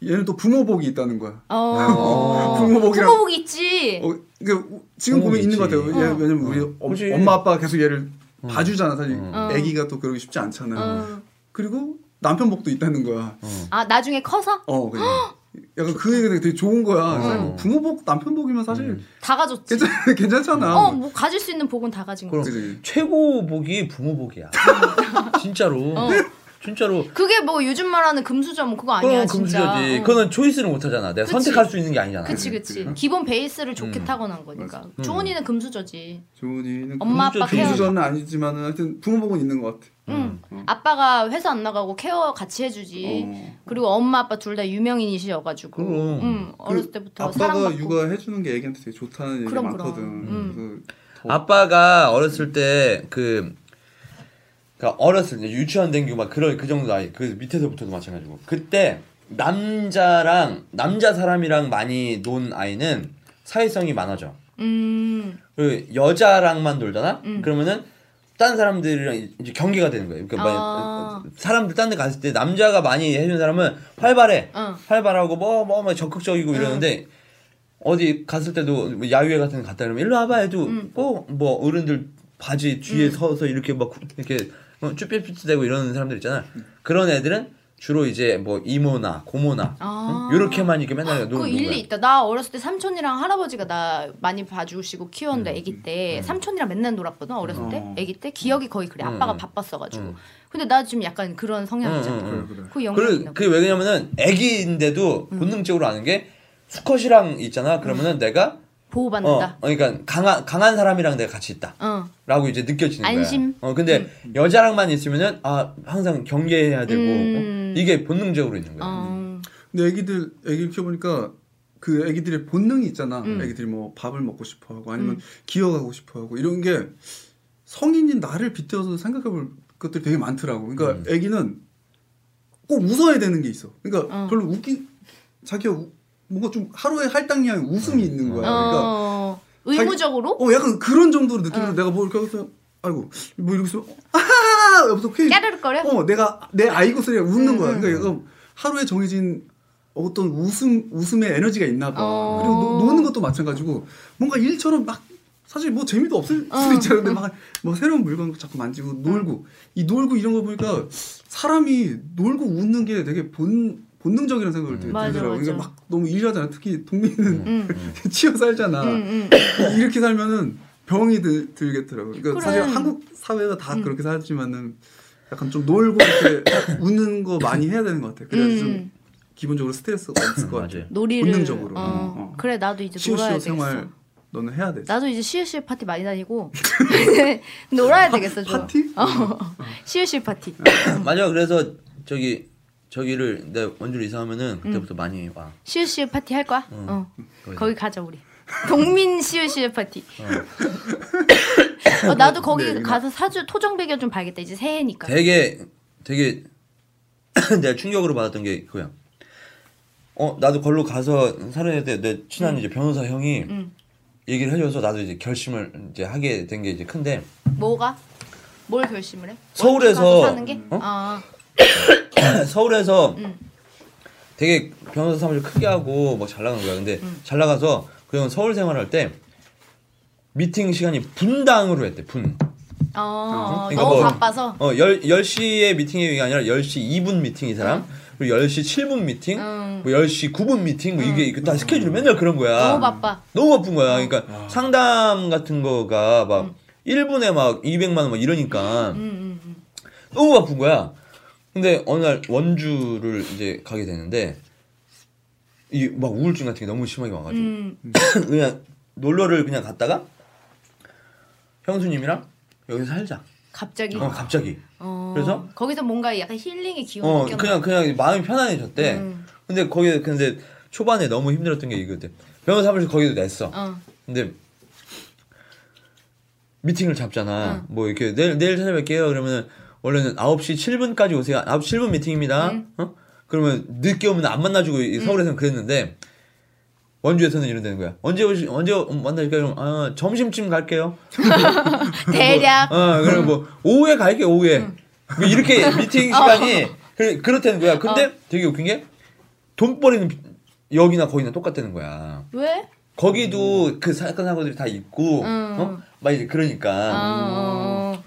S2: 얘는 또 부모복이 있다는 거야.
S4: 어,
S3: 어.
S2: 부모복이랑-
S3: 부모복 있지.
S2: 어, 그러니까 우- 지금 보면 있는 것 같아요.
S4: 부모복이지.
S2: 얘- 왜냐면 우리
S4: 어.
S2: 엄-
S4: 그치.
S2: 엄마 아빠가 계속 얘를 봐주잖아 사실
S4: 어.
S2: 아기가 또 그러기 쉽지 않잖아.
S3: 어.
S2: 그리고 남편 복도 있다는 거야.
S4: 어.
S3: 아 나중에 커서
S2: 어 그냥 약간 그 얘기가 되게 좋은 거야.
S4: 어.
S2: 사실 뭐 부모 복 남편 복이면 사실
S4: 음.
S3: 다 가졌지.
S2: 괜찮 [LAUGHS] 괜찮잖아.
S3: 어 뭐 가질 수 있는 복은 다 가진 거.
S4: 그럼.
S2: 그치?
S4: 최고 복이 부모 복이야. [LAUGHS] 진짜로.
S3: 어.
S4: 진짜로.
S3: 그게 뭐 요즘 말하는 금수저 뭐 그거 아니야
S4: 그건
S3: 진짜.
S4: 금수저지.
S3: 어.
S4: 그거는 초이스를 못 하잖아. 내가
S3: 그치.
S4: 선택할 수 있는 게 아니잖아.
S3: 그치 그치. 기본 베이스를 좋게 타고난 거니까.
S2: 음. 맞아.
S3: 주원이는 금수저지.
S2: 조은이는
S3: 엄마
S4: 금수저,
S3: 아빠
S4: 태어나-
S3: 케어.
S2: 금수저는 아니지만은 하여튼 부모 복은 있는 것 같아.
S3: 응. 아빠가 회사 안 나가고 케어 같이 해주지.
S2: 음. 어.
S3: 그리고 엄마 아빠 둘 다 유명인이셔가지고.
S4: 그럼.
S3: 응. 어렸을
S2: 그
S3: 때부터
S2: 아빠가
S3: 사랑받고.
S2: 육아해주는 게 애기한테 되게 좋다는 얘기가
S3: 그럼, 음.
S2: 많거든.
S3: 그럼.
S2: 그래서
S4: 아빠가 어렸을 때 그, 그러니까 어렸을 때 유치원 댕기고 막 그런 그 정도 나이 그 밑에서부터도 마찬가지고 그때 남자랑 남자 사람이랑 많이 논 아이는 사회성이 많아져.
S3: 음.
S4: 그 여자랑만 놀잖아. 그러면은 딴 사람들이랑 이제 경계가 되는 거예요. 그러니까
S3: 아.
S4: 만약 사람들 딴 데 갔을 때 남자가 많이 해준 사람은 활발해,
S3: 응.
S4: 활발하고 뭐 뭐 뭐 적극적이고 이러는데 어디 갔을 때도 뭐 야유회 같은 데 갔다 그러면 일로 와봐 해도
S3: 음.
S4: 꼭 뭐 어른들 바지 뒤에 서서 이렇게 막 구- 이렇게 어, 쭈뼛쭈뼛대고 이러는 사람들 있잖아. 그런 애들은 주로 이제 뭐 이모나 고모나
S3: 아.
S4: 이렇게만 이렇게 맨날
S3: 그
S4: 노는
S3: 일리 있다. 나 어렸을 때 삼촌이랑 할아버지가 나 많이 봐주시고 키웠는데 아기 때 삼촌이랑 맨날 놀았거든 어렸을 때
S2: 음. 어.
S3: 아기 때 기억이 거의 그래. 아빠가
S4: 음.
S3: 바빴어가지고. 근데 나 지금 약간 그런 성향이잖아.
S4: 음,
S2: 음, 음. 그래, 그래.
S3: 그 영향이
S4: 그래,
S3: 있나 음. 봐.
S4: 그게 왜 그러냐면은 애기인데도 본능적으로 아는 게 수컷이랑 있잖아. 그러면은
S3: 음.
S4: 내가 어,
S3: 보호받는다.
S4: 그러니까 강한 강한 사람이랑 내가 같이 있다.
S3: 어.
S4: 라고 이제 느껴지는
S3: 안심.
S4: 거야. 어 근데 여자랑만 있으면은 아 항상 경계해야 되고
S3: 음.
S4: 어? 이게 본능적으로 있는 거야.
S2: 음.
S3: 어.
S2: 근데 애기들 애기를 키워보니까 그 애기들의 본능이 있잖아.
S3: 음.
S2: 애기들이 뭐 밥을 먹고 싶어하고 아니면 기어가고 싶어하고 이런 게 성인인 나를 빗대어서 생각해볼 것들이 되게 많더라고. 그러니까 애기는 꼭 웃어야 되는 게 있어. 그러니까
S3: 어.
S2: 별로 웃기 자기가 우- 뭔가 좀 하루에 할당량의 웃음이 있는 거야. 그러니까
S3: 어. 의무적으로
S2: 어 약간 그런 정도로 느끼면서 내가 뭘 이렇게 하면서 아이고 뭐
S3: [LAUGHS]
S2: 이러고 있으면 아하 여기서 쾌
S3: 깨르륵거려.
S2: 어, 내가 내 아이고 소리가 웃는
S3: 네? 음,
S2: 거야.
S3: 음.
S2: 그러니까 이거 하루에 정해진 어떤 웃음 웃음의 에너지가 있나 봐.
S3: 어.
S2: 그리고 노, 노는 것도 마찬가지고 뭔가 일처럼 막 사실 뭐 재미도 없을
S3: 어,
S2: 수도 있잖아. 근데 막뭐 새로운 물건 자꾸 만지고 놀고 이 놀고 이런 거 보니까 사람이 놀고 웃는 게 되게 본 본능적이라는 생각을
S3: 음.
S2: 되게
S3: 맞아,
S2: 들더라고. 그러니까
S3: 맞아. 음.
S2: 막 너무 일하잖아. 특히 동민은
S3: 응.
S2: [LAUGHS] 치여 살잖아.
S3: 응. 응.
S2: [COUGHS] 이렇게 살면은 병이 들, 들겠더라고. 그러니까
S3: 그래. 음.
S2: 사실 한국 사회가 다 그렇게 살지만은 약간 좀 놀고 이렇게
S3: [COUGHS]
S2: 웃는 거 많이 해야 되는 것 같아. 그래야 좀
S3: 음.
S2: 기본적으로 스트레스가 없을 것 같아.
S4: 음, 맞아요.
S3: 놀이를
S2: 본능적으로.
S3: 어.
S2: 어.
S3: 그래 나도 이제 놀아야
S2: 시오시오
S3: 되겠어.
S2: 생활 너는 해야 돼.
S3: 나도 이제 시우시 파티 많이
S2: [LAUGHS]
S3: 다니고 [LAUGHS] 놀아야 되겠어. 좀.
S2: 파티? 어.
S3: 어. 시우시 파티.
S4: [CLEARS THROAT] 맞아. 그래서 저기 저기를 내 원주로 이사하면은 그때부터
S3: 음.
S4: 많이 와.
S3: 시우시 파티 할 거야? 어.
S4: 거기서.
S3: 거기 가자 우리. 동민 시우시 파티. [COUGHS] 어, 나도 거기
S2: 네,
S3: 가서 사주 토정 배경 좀 봐야겠다. 이제 새해니까.
S4: 되게 되게 [COUGHS] 내가 충격으로 받았던 게 그거야. 어 나도 걸로 가서 살아야 돼. 내 친한 이제 변호사 형이
S3: 음.
S4: 얘기를 해줘서 나도 이제 결심을 이제 하게 된 게 이제 큰데 [COUGHS]
S3: 뭐가? 뭘 결심을 해?
S4: 서울에서-
S3: 원주 가서 사는 게?
S4: 어?
S3: 아.
S4: 서울에서
S3: 음.
S4: 되게 변호사 사무실 크게 하고 막 잘 나간 거야. 근데
S3: 음.
S4: 잘 나가서 그 형은 서울 생활할 때 미팅 시간이 분당으로 했대. 분.
S3: 어. 어.
S4: 그러니까
S3: 너무
S4: 뭐-
S3: 바빠서.
S4: 어, 10, 10시에 미팅이 아니라 10시 2분 미팅 이 사람.
S3: 어.
S4: 그리고 10시 7분 미팅,
S3: 음.
S4: 뭐 10시 9분 미팅, 뭐 이게 이거 다 스케줄이 맨날 그런 거야.
S3: 너무 바빠. 아.
S4: 너무 바쁜 거야. 그러니까 상담 같은 거가 막 1분에 막 200만 원 막 이러니까
S3: 음, 음, 음.
S4: 너무 바쁜 거야. 근데 어느 날 원주를 이제 가게 되는데 이 막 우울증 같은 게 너무 심하게 와가지고
S3: 음.
S4: 그냥 놀러를 그냥 갔다가 형수님이랑 여기서 살자.
S3: 갑자기.
S4: 어 갑자기.
S3: 어.
S4: 그래서?
S3: 거기서 뭔가 약간 힐링의 기운이
S4: 어
S3: 느꼈나
S4: 그냥 그냥 마음이 편안해졌대.
S3: 음.
S4: 근데 거기 근데 초반에 너무 힘들었던 게 이거였대. 변호사 사무실 거기도 냈어.
S3: 봐. 어.
S4: 근데 미팅을 잡잖아. 뭐 이렇게 내일 내일 찾아뵐게요. 그러면 원래는 9시 7분까지 오세요. 9시 7분 미팅입니다. 어? 그러면 늦게 오면 안 만나주고 이 서울에서는 그랬는데 원주에서는 이런 되는 거야. 언제 오시 언제 만날까요? 그럼 아, 점심쯤 갈게요.
S3: 대략
S4: 어, 그리고 뭐 오후에 갈게 오후에 뭐 이렇게 미팅 시간이 그, 그렇다는 거야. 근데 되게 웃긴 게 돈벌이는 여기나 거기나 똑같다는 거야.
S3: 왜?
S4: 거기도 그 사건 사고들이 다 있고
S3: 음. 아.
S4: 어? 막 이제 그러니까
S3: 어.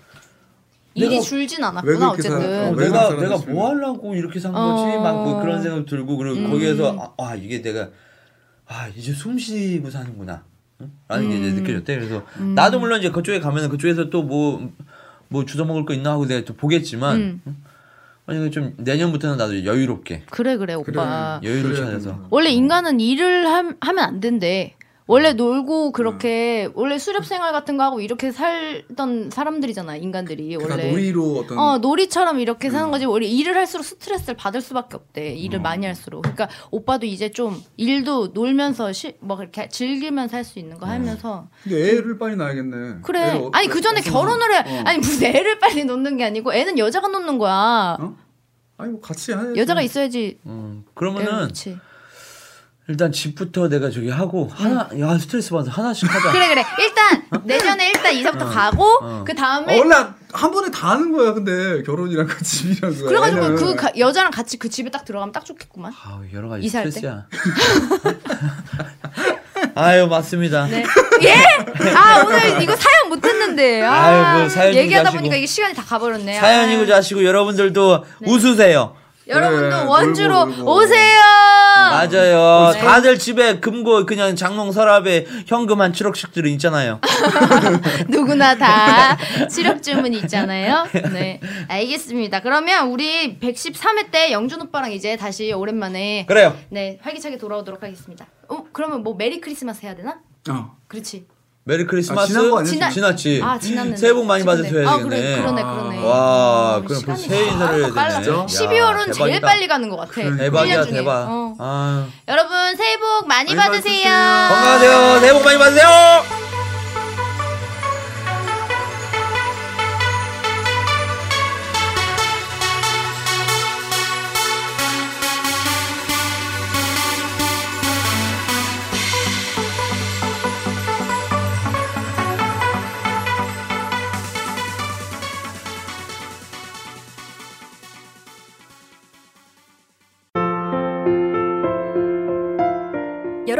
S3: 일이
S4: 내가
S3: 줄진 않았구나
S2: 외국 기사-
S4: 어,
S3: 어쨌든.
S2: 외국
S4: 내가
S2: 사람들
S4: 내가
S2: 수준으로.
S4: 뭐 하려고 이렇게 산
S3: 아, 어.
S4: 거지 막 뭐 그런 생각 들고 그리고
S3: 음.
S4: 거기에서 아, 아, 이게 내가 아 이제 숨 쉬고 사는구나 응? 라는 게 이제
S3: 음.
S4: 느껴졌대 그래서 나도 물론 이제 그쪽에 가면은 그쪽에서 또 뭐 뭐 주워 먹을 거 있나 하고 내가 또 보겠지만
S3: 음.
S4: 아니 좀 내년부터는 나도 여유롭게
S3: 그래 그래 오빠.
S4: 여유를
S2: 그래야
S4: 찾아서
S2: 되는구나.
S3: 원래 인간은 일을 함, 하면 안 된대.
S2: 음.
S3: 원래 놀고 그렇게 원래 수렵 생활 같은 거 하고 이렇게 살던 사람들이잖아 인간들이
S2: 그러니까
S3: 원래.
S2: 놀이로 음. 어떤
S3: 어 놀이처럼 이렇게 사는 거지 원래 일을 할수록 스트레스를 받을 수밖에 없대 일을
S4: 음.
S3: 많이 할수록 그러니까 오빠도 이제 좀 일도 놀면서 시, 뭐 이렇게 즐기면서 할 수 있는 거 하면서
S2: 근데 음. 애를 빨리 낳아야겠네.
S3: 그 그래
S2: 애를 어-
S3: 아니 그 전에
S2: 어떻게
S3: 결혼을 해
S2: 낳아? 어.
S3: 아니 무슨 애를 빨리 놓는 게 아니고 애는 여자가 놓는 거야
S2: 어? 아니 뭐 같이 해.
S3: 여자가 있어야지
S4: 음,
S3: 애
S4: 그러면은
S3: 그렇지.
S4: 일단 집부터 내가 저기 하고 하나
S3: 음.
S4: 야 스트레스 받아서 하나씩 하자
S3: 그래 그래 일단 내년에 일단 이사부터 가고
S4: 어.
S3: 그
S2: 어,
S3: 다음에
S2: 원래 한 번에 다 하는 거야. 근데 결혼이랑 그 집이랑 그.
S3: 그래가지고
S2: 애는.
S3: 그 가- 여자랑 같이 그 집에 딱 들어가면 딱 좋겠구만
S4: 아 여러 가지
S3: 이사할 때?
S4: 스트레스야 [LAUGHS] 아유 맞습니다
S3: 네. [LAUGHS] 예? 아 오늘 이거 사연 못 듣는데. 아,
S4: 아유, 뭐 사연 좀
S3: 얘기하다
S4: 가시고.
S3: 보니까 이게 시간이 다 가버렸네. 요
S4: 사연이고 자시고 여러분들도
S3: 네.
S4: 웃으세요.
S3: 여러분도
S2: 그래,
S3: 원주로
S2: 놀고, 놀고.
S3: 오세요. 어.
S4: 맞아요.
S3: 네.
S4: 다들 집에 금고 그냥 장롱 서랍에 현금 한 7억씩들은 있잖아요.
S3: [LAUGHS] 누구나 다 치력 주문 있잖아요. 네, 알겠습니다. 그러면 우리 113회 때 영준 오빠랑 이제 다시 오랜만에
S4: 그래요.
S3: 네 활기차게 돌아오도록 하겠습니다. 어 그러면 뭐 메리 크리스마스 해야 되나?
S2: 어.
S3: 그렇지.
S4: 메리 크리스마스.
S2: 아, 지난 거 아니야?
S3: 지난-
S4: 지났지.
S3: 아 지났는데.
S4: 새해 복 많이
S3: 지났네.
S4: 받으셔야
S3: 아
S4: 되겠네.
S3: 그래 그러네 그러네.
S4: 와,
S3: 아,
S4: 그럼 벌써
S3: 시간이
S4: 새해
S3: 다
S4: 인사를
S3: 빨라.
S4: 해야 되네. 야,
S3: 12월은 제일
S4: 대박이다.
S3: 빨리 가는 것 같아.
S4: 대박이야
S3: 1년 중에.
S4: 대박.
S3: 어.
S4: 아유.
S3: 여러분 새해 복 많이,
S2: 많이
S3: 받으세요.
S2: 받으세요.
S4: 건강하세요. 새해 복 많이 받으세요.